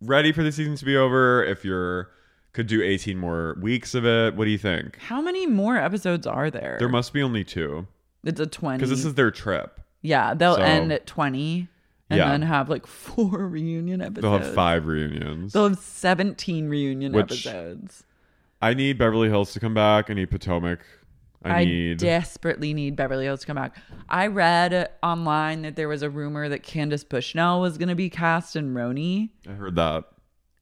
S5: ready for the season to be over. If you're could do 18 more weeks of it. What do you think?
S4: How many more episodes are there?
S5: There must be only two
S4: It's a 20.
S5: because this is their trip.
S4: Yeah, they'll
S5: So-
S4: end at 20 and
S5: Yeah.
S4: then have like four reunion episodes.
S5: They'll have five reunions.
S4: They'll have 17 reunion
S5: Which-
S4: episodes.
S5: I need Beverly Hills to come back. I need Potomac I need-
S4: desperately need Beverly Hills to come back. I read online that there was a rumor that Candace Bushnell was going to be cast in Roni,
S5: I heard that.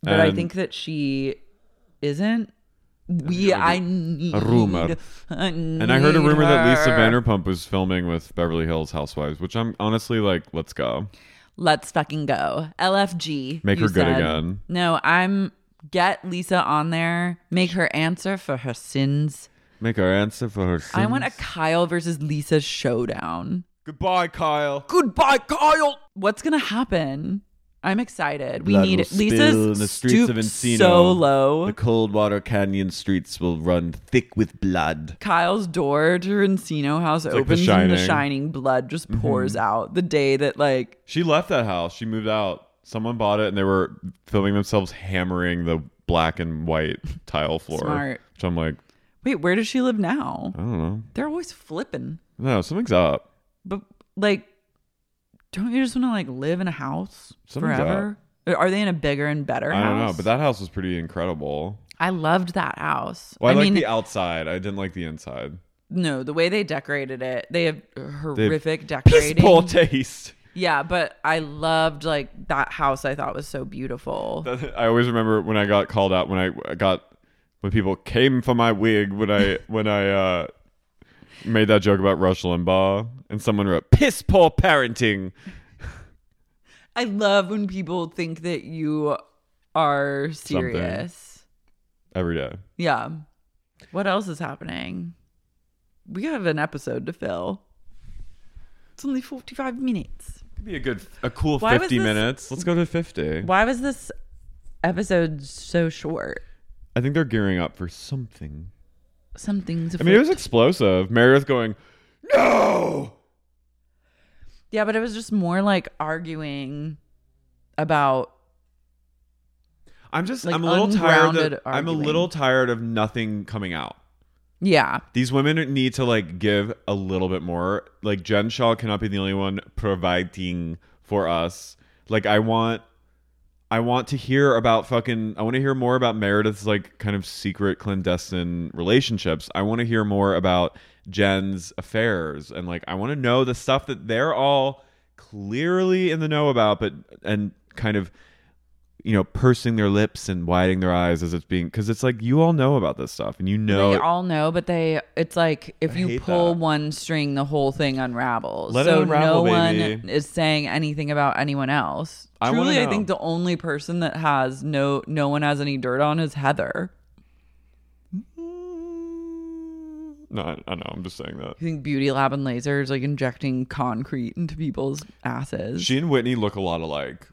S4: but I
S5: And-
S4: think that she isn't. We, I need
S5: a rumor.
S4: I
S5: and I heard a
S4: need
S5: rumor that Lisa
S4: her.
S5: Vanderpump was filming with Beverly Hills Housewives, which I'm honestly like, let's go.
S4: Let's fucking go. LFG.
S5: Make
S4: you
S5: her good
S4: said.
S5: again.
S4: No, I'm get Lisa on there. Make her answer for her sins.
S5: Make her answer for her sins.
S4: I want a Kyle versus Lisa showdown.
S6: Goodbye, Kyle.
S4: Goodbye, Kyle. What's gonna happen? I'm excited. We
S5: Blood
S4: need
S5: will
S4: it.
S5: spill
S4: Lisa's
S5: in the streets of
S4: stooped
S5: Encino.
S4: so low.
S5: The Coldwater Canyon streets will run thick with blood.
S4: Kyle's door to her Encino house
S5: It's like The
S4: opens and the
S5: Shining. Mm-hmm.
S4: shining blood just pours out. The day that like
S5: She left that house. She moved out. Someone bought it, and they were filming themselves hammering the black and white tile floor.
S4: Smart.
S5: Which I'm like,
S4: wait, where does she live now?
S5: I don't know.
S4: They're always flipping.
S5: No, something's up.
S4: But like, don't you just want to like live in a house
S5: Something's
S4: forever? Or Are they in a bigger and better
S5: I
S4: house?
S5: don't know, but that house was pretty incredible.
S4: I loved that house.
S5: Well, I,
S4: I,
S5: like
S4: mean,
S5: the outside. I didn't like the inside.
S4: no, the way they decorated it, they have horrific
S5: They have
S4: decorating.
S5: piss Poor taste.
S4: Yeah, but I loved like that house. I thought was so beautiful.
S5: I always remember when I got called out when I I got when people came for my wig when I when I uh, made that joke about Rush Limbaugh and someone wrote piss poor parenting.
S4: I love when people think that you are serious.
S5: Every day.
S4: Yeah. What else is happening? We have an episode to fill. It's only forty-five minutes.
S5: Could be a good a cool
S4: Why was
S5: 50
S4: this-
S5: minutes. Let's go to 50.
S4: Why was this episode so short?
S5: I think they're gearing up for something.
S4: Something's.
S5: I mean, it was explosive. Meredith going, "No!"
S4: Yeah, but it was just more like arguing about.
S5: I'm just
S4: Like
S5: I'm a little tired
S4: ungrounded
S5: of, I'm a little tired of nothing coming out.
S4: Yeah.
S5: These women need to like give a little bit more. Like Jen Shaw cannot be the only one providing for us. Like I want I want to hear about fucking I want to hear more about Meredith's like kind of secret clandestine relationships. I want to hear more about Jen's affairs and like I want to know the stuff that they're all clearly in the know about but and kind of you know pursing their lips and widening their eyes as it's being cuz it's like you all know about this stuff and you know
S4: They all know, but they. It's like if you
S5: hate
S4: pull one string, the whole thing unravels.
S5: Let it
S4: so
S5: unravel,
S4: no one
S5: baby.
S4: is saying anything about anyone else.
S5: I wanna
S4: Truly, I
S5: know.
S4: think the only person that has no no one has any dirt on is Heather.
S5: No, I, I know. I'm just saying that.
S4: You think Beauty Lab and Laser is like injecting concrete into people's asses?
S5: She and Whitney look a lot alike.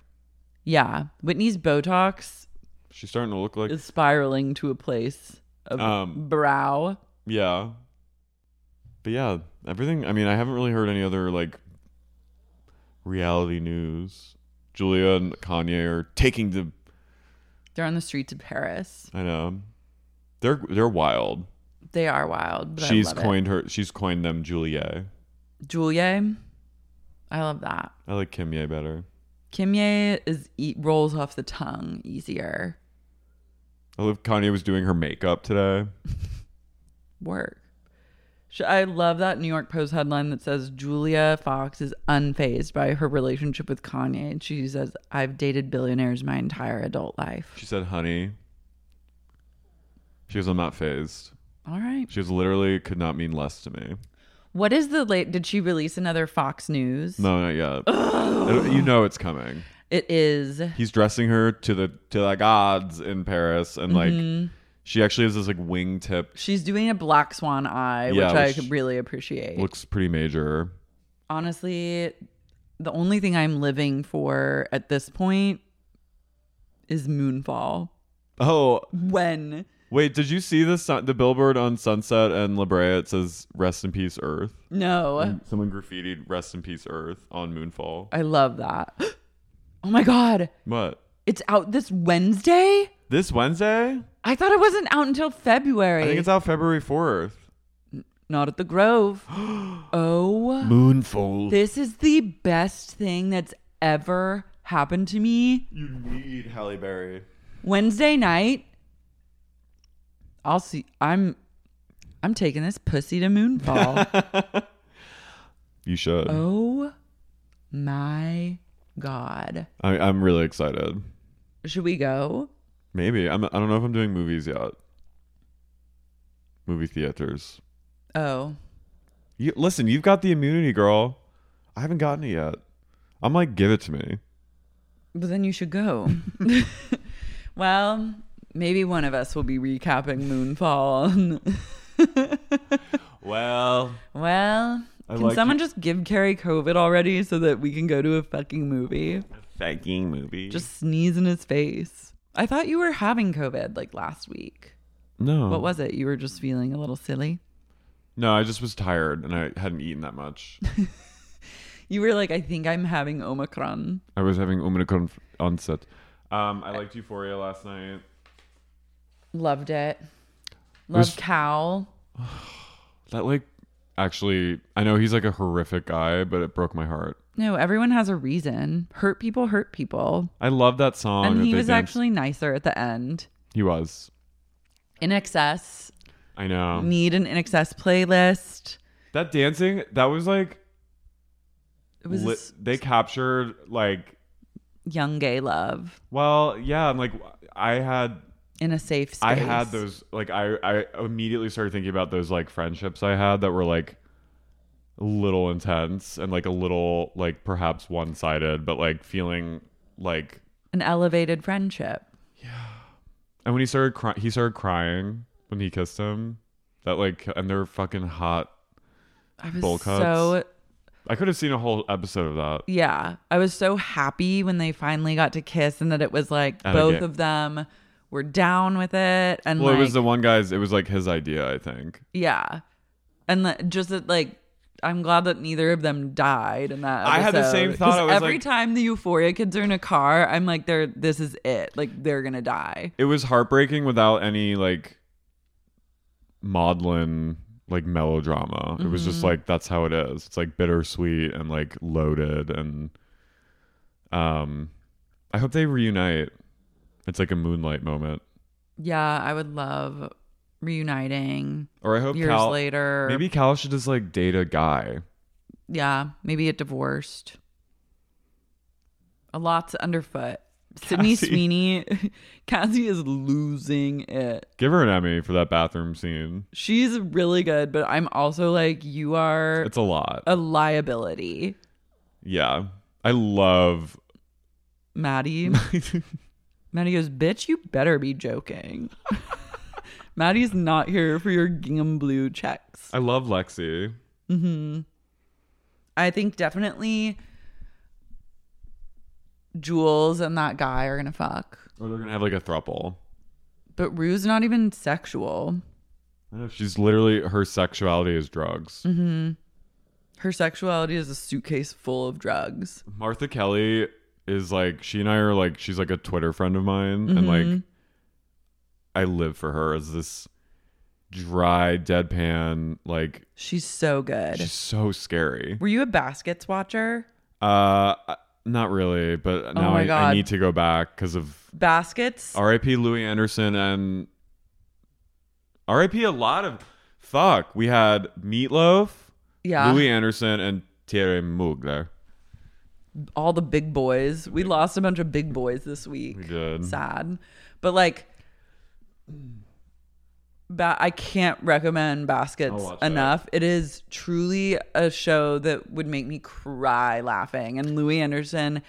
S4: yeah, Whitney's Botox
S5: She's starting to look like
S4: is spiraling to a place of
S5: Um,
S4: brow.
S5: yeah. But yeah, everything. I mean, I haven't really heard any other like reality news. Julia and Kanye are taking the.
S4: They're on the streets of Paris.
S5: I know. They're they're wild.
S4: They are wild. But
S5: she's
S4: I love it.
S5: coined her. She's coined them Julia.
S4: Julia. I love that.
S5: I like Kimye better.
S4: Kimye is e rolls off the tongue easier.
S5: I love Kanye was doing her makeup today.
S4: Work. Sh- I love that New York Post headline that says Julia Fox is unfazed by her relationship with Kanye. And she says, I've dated billionaires my entire adult life.
S5: She said, "Honey." She goes, "I'm not phased."
S4: All right.
S5: She was literally could not mean less to me.
S4: What is the late? Did she release another Fox News?
S5: No, not yet. It- you know it's coming.
S4: It is.
S5: He's dressing her to the to the gods in Paris, and like
S4: Mhm.
S5: she actually has this like wingtip.
S4: She's doing a black swan eye,
S5: Yeah,
S4: which, I
S5: which
S4: really appreciate.
S5: Looks pretty major.
S4: honestly, the only thing I'm living for at this point is Moonfall.
S5: Oh
S4: When
S5: wait, did you see the sun, the billboard on Sunset and La Brea? It says "Rest in peace, Earth."
S4: No.
S5: And someone graffitied "Rest in peace, Earth" on Moonfall.
S4: I love that. Oh my god,
S5: What
S4: it's out this Wednesday?
S5: this Wednesday?
S4: I thought it wasn't out until February.
S5: I think it's out February fourth.
S4: Not at the Grove. oh.
S5: Moonfall.
S4: This is the best thing that's ever happened to me.
S5: You need Halle Berry.
S4: Wednesday night. I'll see. I'm. I'm taking this pussy to Moonfall.
S5: You should.
S4: oh my God.
S5: I, I'm really excited.
S4: Should we go?
S5: Maybe I'm. I don't know if I'm doing movies yet. Movie theaters.
S4: Oh.
S5: You listen. You've got the immunity, girl. I haven't gotten it yet. I'm like, give it to me.
S4: But then you should go. well, maybe one of us will be recapping Moonfall.
S5: Well,
S4: well,
S5: I
S4: can
S5: like
S4: someone
S5: you-
S4: just give Carrie COVID already so that we can go to a fucking movie?
S5: thanking movie.
S4: Just sneeze in his face. I thought you were having COVID like last week.
S5: no.
S4: What was it? You were just feeling a little silly.
S5: No, I just was tired and I hadn't eaten that much.
S4: You were like, I think I'm having Omicron.
S5: I was having Omicron onset. Um, I liked Euphoria last night.
S4: Loved it.
S5: was-
S4: Love Cal.
S5: That like actually, I know he's like a horrific guy, but it broke my heart.
S4: No, everyone has a reason. Hurt people hurt people.
S5: I love that song. that
S4: and he
S5: they
S4: was
S5: danced-
S4: actually nicer at the end.
S5: he was.
S4: In excess.
S5: I know.
S4: Need an in excess playlist.
S5: That dancing, that was like
S4: It was
S5: li- they captured like
S4: young gay love
S5: well, yeah, I'm like I had
S4: in a safe space.
S5: I had those like I I immediately started thinking about those like friendships I had that were like a little intense and like a little like perhaps one-sided, but like feeling like
S4: an elevated friendship.
S5: and when he started crying, he started crying when he kissed him. That like and they're fucking hot
S4: I was
S5: bowl cuts.
S4: so
S5: I could have seen a whole episode of that.
S4: yeah. I was so happy when they finally got to kiss and that it was like
S5: At a
S4: both
S5: gay-
S4: of them were down with it and
S5: well,
S4: like,
S5: it was the one guy's. It was like his idea, I think.
S4: yeah, and the, just that like. I'm glad that neither of them died in that.
S5: I had the same
S4: episode.
S5: thought.
S4: 'Cause
S5: I was
S4: every
S5: like-
S4: time the Euphoria kids are in a car, I'm like, "They're this is it. Like they're gonna die."
S5: It was heartbreaking without any like maudlin like melodrama. It was just
S4: Mhm.
S5: like that's how it is. It's like bittersweet and like loaded and um I hope they reunite. It's like a moonlight moment.
S4: Yeah, I would love reuniting.
S5: Or I hope
S4: years
S5: Cal-
S4: later.
S5: Maybe Cal should just like date a guy.
S4: Yeah, maybe get divorced. A lot's underfoot. Sydney
S5: Cassie.
S4: Sweeney, Cassie is losing it.
S5: Give her an Emmy for that bathroom scene.
S4: She's really good, but I'm also like, you are
S5: It's a lot.
S4: a liability,
S5: Yeah. I love
S4: Maddie. Maddie goes, bitch, you better be joking. Maddie's not here for your gingham blue checks.
S5: I love Lexi.
S4: hmm I think definitely Jules and that guy are gonna fuck.
S5: Or Oh, they're gonna have like a thruple.
S4: But Rue's not even sexual.
S5: I know she's literally her sexuality is drugs.
S4: Mm-hmm. Her sexuality is a suitcase full of drugs.
S5: Martha Kelly is like she and I are like she's like a Twitter friend of mine and like
S4: Mhm.
S5: I live for her as this dry deadpan like
S4: She's so good.
S5: she's so scary.
S4: Were you a baskets watcher?
S5: Uh I- not really, but now
S4: Oh my
S5: I, I
S4: God.
S5: need to go back cuz of
S4: Baskets?
S5: RIP Louis Anderson and RIP a lot of fuck. We had Meatloaf,
S4: Yeah.
S5: Louis Anderson and Thierry Mugler.
S4: All the big boys. We lost a bunch of big boys this week.
S5: We did.
S4: Sad. But like ba- I can't recommend Baskets
S5: I'll watch that.
S4: enough. It is truly a show that would make me cry laughing. And Louis Anderson,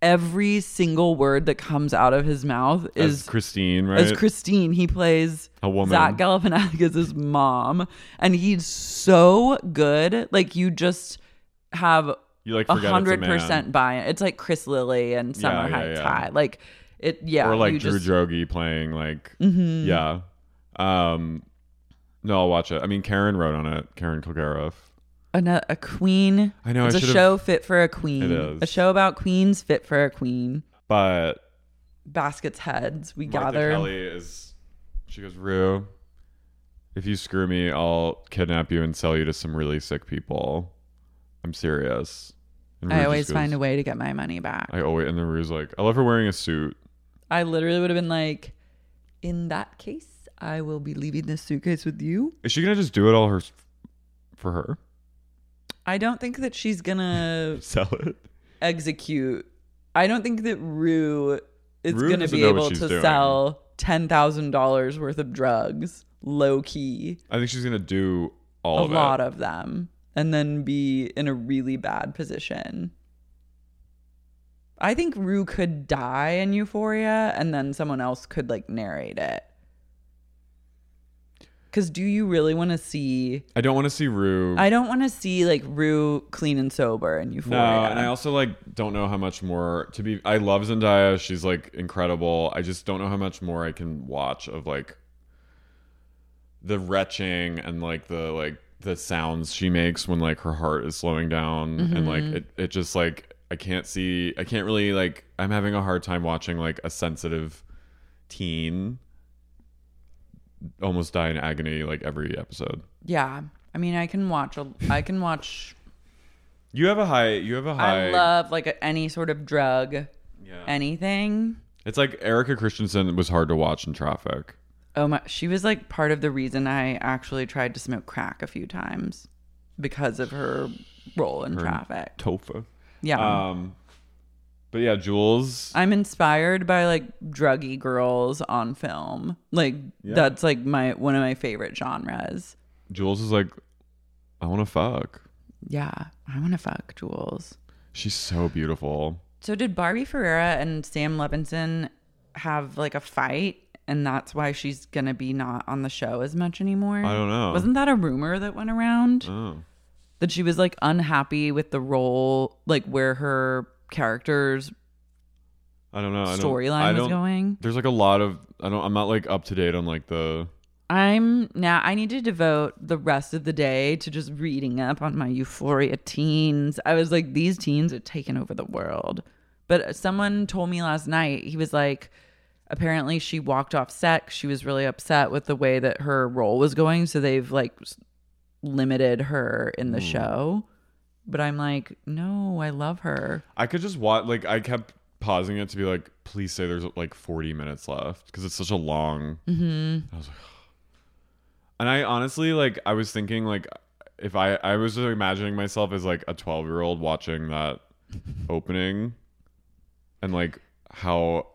S4: every single word that comes out of his mouth
S5: As
S4: is
S5: Christine, right?
S4: as Christine. He plays
S5: A woman.
S4: Zach Galifianakis' mom, and he's so good. Like you just have
S5: You, like, forget it's a
S4: hundred percent buy-in. It's like Chris Lilly and
S5: Yeah,
S4: Summer
S5: yeah,
S4: High
S5: yeah.
S4: Tide. Like it, yeah.
S5: or like
S4: you
S5: Drew
S4: just-
S5: Drogi playing like
S4: Mhm.
S5: yeah. Um no, I'll watch it. I mean Karen wrote on it, Karen Kilgariff.
S4: Ano- a queen.
S5: I know, I
S4: It's a
S5: should've-
S4: show fit for a queen.
S5: It is.
S4: A show about queens fit for a queen.
S5: But
S4: Baskets heads. We
S5: Martha
S4: gather.
S5: Kelly is she goes, Rue, if you screw me, I'll kidnap you and sell you to some really sick people. I'm serious. And Rue
S4: I
S5: just
S4: always
S5: goes-
S4: find a way to get my money back.
S5: I always and then Rue's like, I love her wearing a suit.
S4: I literally would have been like, in that case, I will be leaving this suitcase with you.
S5: Is she gonna just do it all her for her?
S4: I don't think that she's gonna
S5: Sell it.
S4: execute. I don't think that Rue is
S5: Rue
S4: going to
S5: doesn't
S4: be
S5: know what
S4: able
S5: she's
S4: to
S5: doing.
S4: sell ten thousand dollars worth of drugs low key,
S5: I think she's gonna do all
S4: a
S5: of
S4: lot
S5: it.
S4: of them, and then be in a really bad position. I think Rue could die in Euphoria, and then someone else could like narrate it. Because do you really want to see?
S5: I don't want to see Rue.
S4: I don't want to see like Rue clean and sober in Euphoria.
S5: No, and I also like don't know how much more to be. I love Zendaya; she's like incredible. I just don't know how much more I can watch of like the retching and like the like the sounds she makes when like her heart is slowing down and like
S4: Mm-hmm.
S12: Mhm.
S5: it it just like I can't see. I can't really like. I'm having a hard time watching like a sensitive teen almost die in agony like every episode.
S4: Yeah. I mean, I can watch. A, I can watch.
S5: You have a high. You have a high.
S4: I love like a, any sort of drug, anything.
S5: It's like Erica Christensen was hard to watch in traffic.
S4: Oh my! She was like part of the reason I actually tried to smoke crack a few times because of her role in
S5: Her
S4: traffic.
S5: Tofa.
S4: Yeah.
S5: Um, but yeah, Jules.
S4: I'm inspired by like druggy girls on film. Like
S5: Yeah.
S4: that's like my one of my favorite genres.
S5: Jules is like, I want to fuck.
S4: Yeah, I want to fuck Jules.
S5: She's so beautiful.
S4: So did Barbie Ferreira and Sam Levinson have like a fight, and that's why she's gonna be not on the show as much anymore?
S5: I don't know.
S4: Wasn't that a rumor that went around
S5: Oh.
S4: that she was like unhappy with the role, like where her character's
S5: I don't know. I don't-
S4: Storyline
S5: I
S4: was
S5: don't-
S4: going?
S5: There's like a lot of. I don't. I'm not like up to date on like the.
S4: I'm now I need to devote the rest of the day to just reading up on my euphoria teens. I was like these teens are taking over the world. But someone told me last night he was like apparently she walked off set. 'cause She was really upset with the way that her role was going, so they've like s- limited her in the
S5: Hmm.
S4: show. But I'm like, "No, I love her."
S5: I could just watch. Like I kept pausing it to be like, please say there's like 40 minutes left because it's such a long.
S4: Mhm.
S5: I was like, and I honestly like. I was thinking like, if I I was just imagining myself as like a 12 year old watching that opening, and like how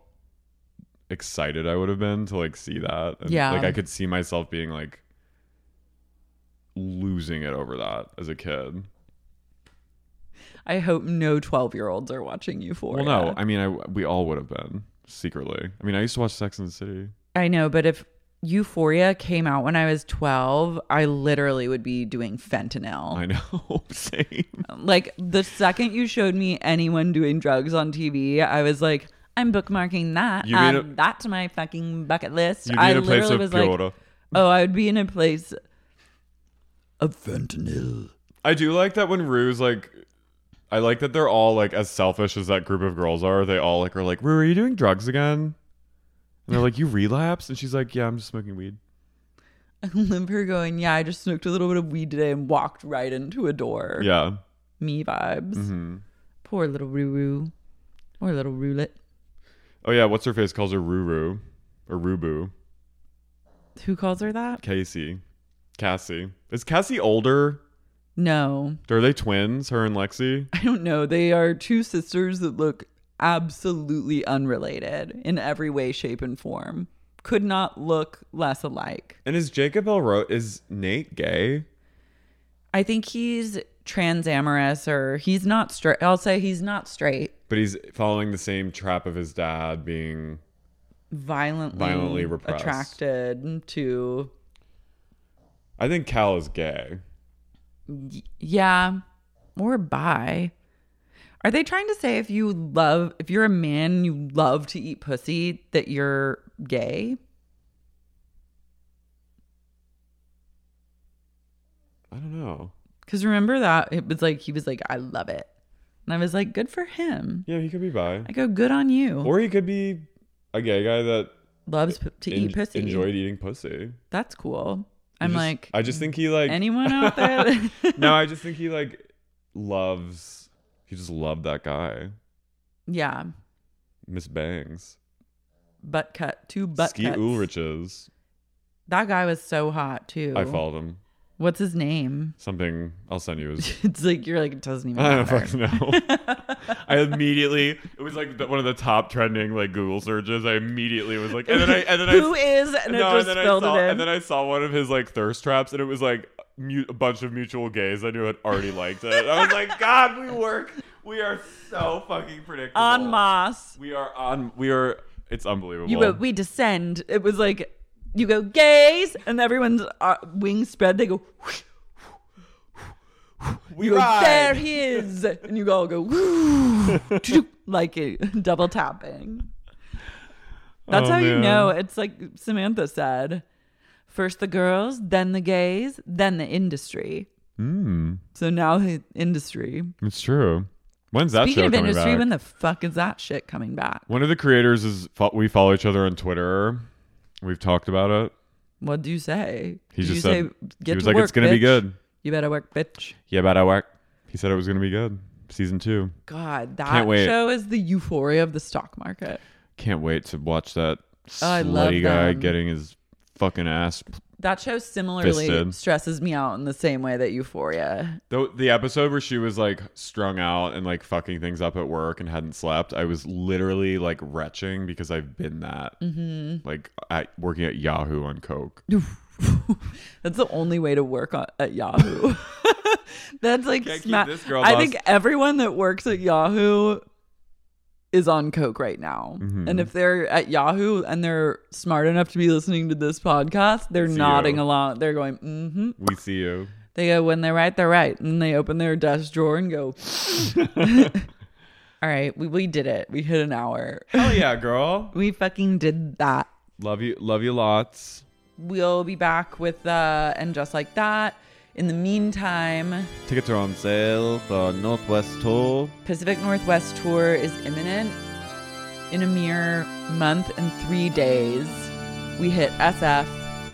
S5: excited I would have been to like see that. And,
S4: Yeah.
S5: Like I could see myself being like losing it over that as a kid.
S4: I hope no 12-year-olds are watching Euphoria.
S5: Well, no, I mean, I we all would have been secretly. I mean, I used to watch Sex and the City.
S4: I know, but if Euphoria came out when I was 12, I literally would be doing fentanyl.
S5: I know. Same.
S4: Like the second you showed me anyone doing drugs on TV, I was like, I'm bookmarking that.
S5: You'd be
S4: Add
S5: in a-
S4: that to my fucking bucket list.
S5: You'd be
S4: I
S5: in a place
S4: literally
S5: of
S4: was
S5: pure
S4: like,
S5: order.
S4: oh, I would be in a place of fentanyl.
S5: I do like that when Rue's like, I like that they're all like as selfish as that group of girls are. They all like are like, Rue, are you doing drugs again? And they're like, you relapsed? And she's like, yeah, I'm just smoking weed.
S4: I remember her going, yeah, I just smoked a little bit of weed today and walked right into a door.
S5: Yeah.
S4: Me vibes.
S5: Mhm.
S4: Poor little Ruru. Or little roulette.
S5: Oh yeah, what's her face calls her Ruru or Rubu?
S4: Who calls her that?
S5: Casey, Cassie. Is Cassie older?
S4: No.
S5: Are they twins? Her and Lexi.
S4: I don't know. They are two sisters that look absolutely unrelated in every way, shape, and form. Could not look less alike.
S5: And is Jacob L. Ro- is Nate gay?
S4: I think he's trans amorous or he's not straight. I'll say he's not straight.
S5: But he's following the same trap of his dad being
S4: Violently,
S5: Violently repressed.
S4: attracted to.
S5: I think Cal is gay.
S4: y- Yeah. Or bi. Are they trying to say if you love, if you're a man and you love to eat pussy, that you're gay?
S5: I don't know.
S4: Because remember that Uh, it was like he was like, I love it, and I was like, good for him.
S5: Yeah, he could be bi.
S4: Mm. I go, good on you.
S5: Or he could be a gay guy that
S4: Loves p- to eat pussy.
S5: Enjoyed eating pussy.
S4: That's cool.
S5: You
S4: I'm
S5: just-
S4: like,
S5: I just think he like
S4: anyone out there. that-
S5: no, I just think he like loves. He just loved that guy,
S4: yeah,
S5: Miss Bangs,
S4: butt cut, two butt
S5: Ski
S4: cuts.
S5: Ulriches.
S4: That guy was so hot too.
S5: I followed him.
S4: What's his name?
S5: Something I'll send you his.
S4: It's like you're like it doesn't even.
S5: I don't
S4: Matter.
S5: fucking know. I immediately it was like the, one of the top trending like Google searches. I immediately was like, and then I and then
S4: Who
S5: I,
S4: is? And it just
S5: then I
S4: filled it
S5: saw-
S4: in.
S5: And then I saw one of his like thirst traps, and it was like mu- a bunch of mutual gays I knew had already liked it. I was like, God, we work. We are so fucking predictable.
S4: En masse.
S5: We are on. We are. It's unbelievable.
S4: You go, we descend. It was like you go gaze, and everyone's uh, wings spread. They go.
S5: We
S4: you go,
S5: ride.
S4: there he is, and you all go woo, like a double tapping. That's
S5: Oh,
S4: how you
S5: man.
S4: know it's like Samantha said: first the girls, then the gays, then the industry.
S5: Mm,
S4: So now the industry.
S5: it's true. When's that
S4: Speaking
S5: show
S4: of
S5: coming
S4: industry,
S5: back?
S4: when the fuck is that shit coming back?
S5: One of the creators is fo- we follow each other on Twitter. We've talked about it.
S4: What do you say?
S5: He
S4: Did
S5: just
S4: you
S5: said-
S4: say, "Get
S5: he was
S4: to
S5: like,
S4: work,
S5: "It's gonna be
S4: bitch.
S5: good."
S4: You better work, bitch."
S5: Yeah, but I work. He said it was going to be good. Season two.
S4: God, that
S5: Can't wait.
S4: show is the euphoria of the stock market.
S5: Can't wait to watch that
S4: Oh, I love
S5: slutty guy
S4: them.
S5: getting his fucking ass. p-
S4: That show similarly
S5: Fisted.
S4: stresses me out in the same way that euphoria.
S5: The, the episode where she was like strung out and like fucking things up at work and hadn't slept, I was literally like retching because I've been that.
S4: Mhm.
S5: Like at, working at Yahoo on Coke.
S4: That's the only way to work on, at Yahoo. That's like
S5: Can't keep
S4: sma-
S5: this girl
S4: I
S5: lost.
S4: think everyone that works at Yahoo is on coke right now.
S5: Mhm.
S4: And if they're at Yahoo and they're smart enough to be listening to this podcast, they're
S5: It's
S4: nodding
S5: you.
S4: along. They're going, "Mhm."
S5: We see you.
S4: They go, when they're right, they're right. And they open their desk drawer and go, All right, we, we did it. We hit an hour.
S5: Hell yeah, girl.
S4: we fucking did that.
S5: Love you. Love you lots.
S4: We'll be back with uh and just like that. In the meantime,
S6: Tickets are on sale for Northwest Tour.
S4: Pacific Northwest tour is imminent. In a mere month and three days, we hit SF,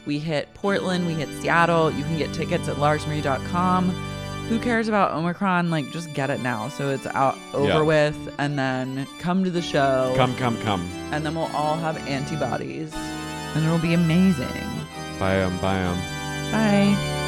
S4: we hit Portland, we hit Seattle. You can get tickets at larsmarie.com. Who cares about Omicron? Like, just get it now. So it's out over
S5: Yeah.
S4: with, and then come to the show.
S5: Come, come, come.
S4: And then we'll all have antibodies, and it'll be amazing.
S5: Bye, um, bye, um.
S4: Bye.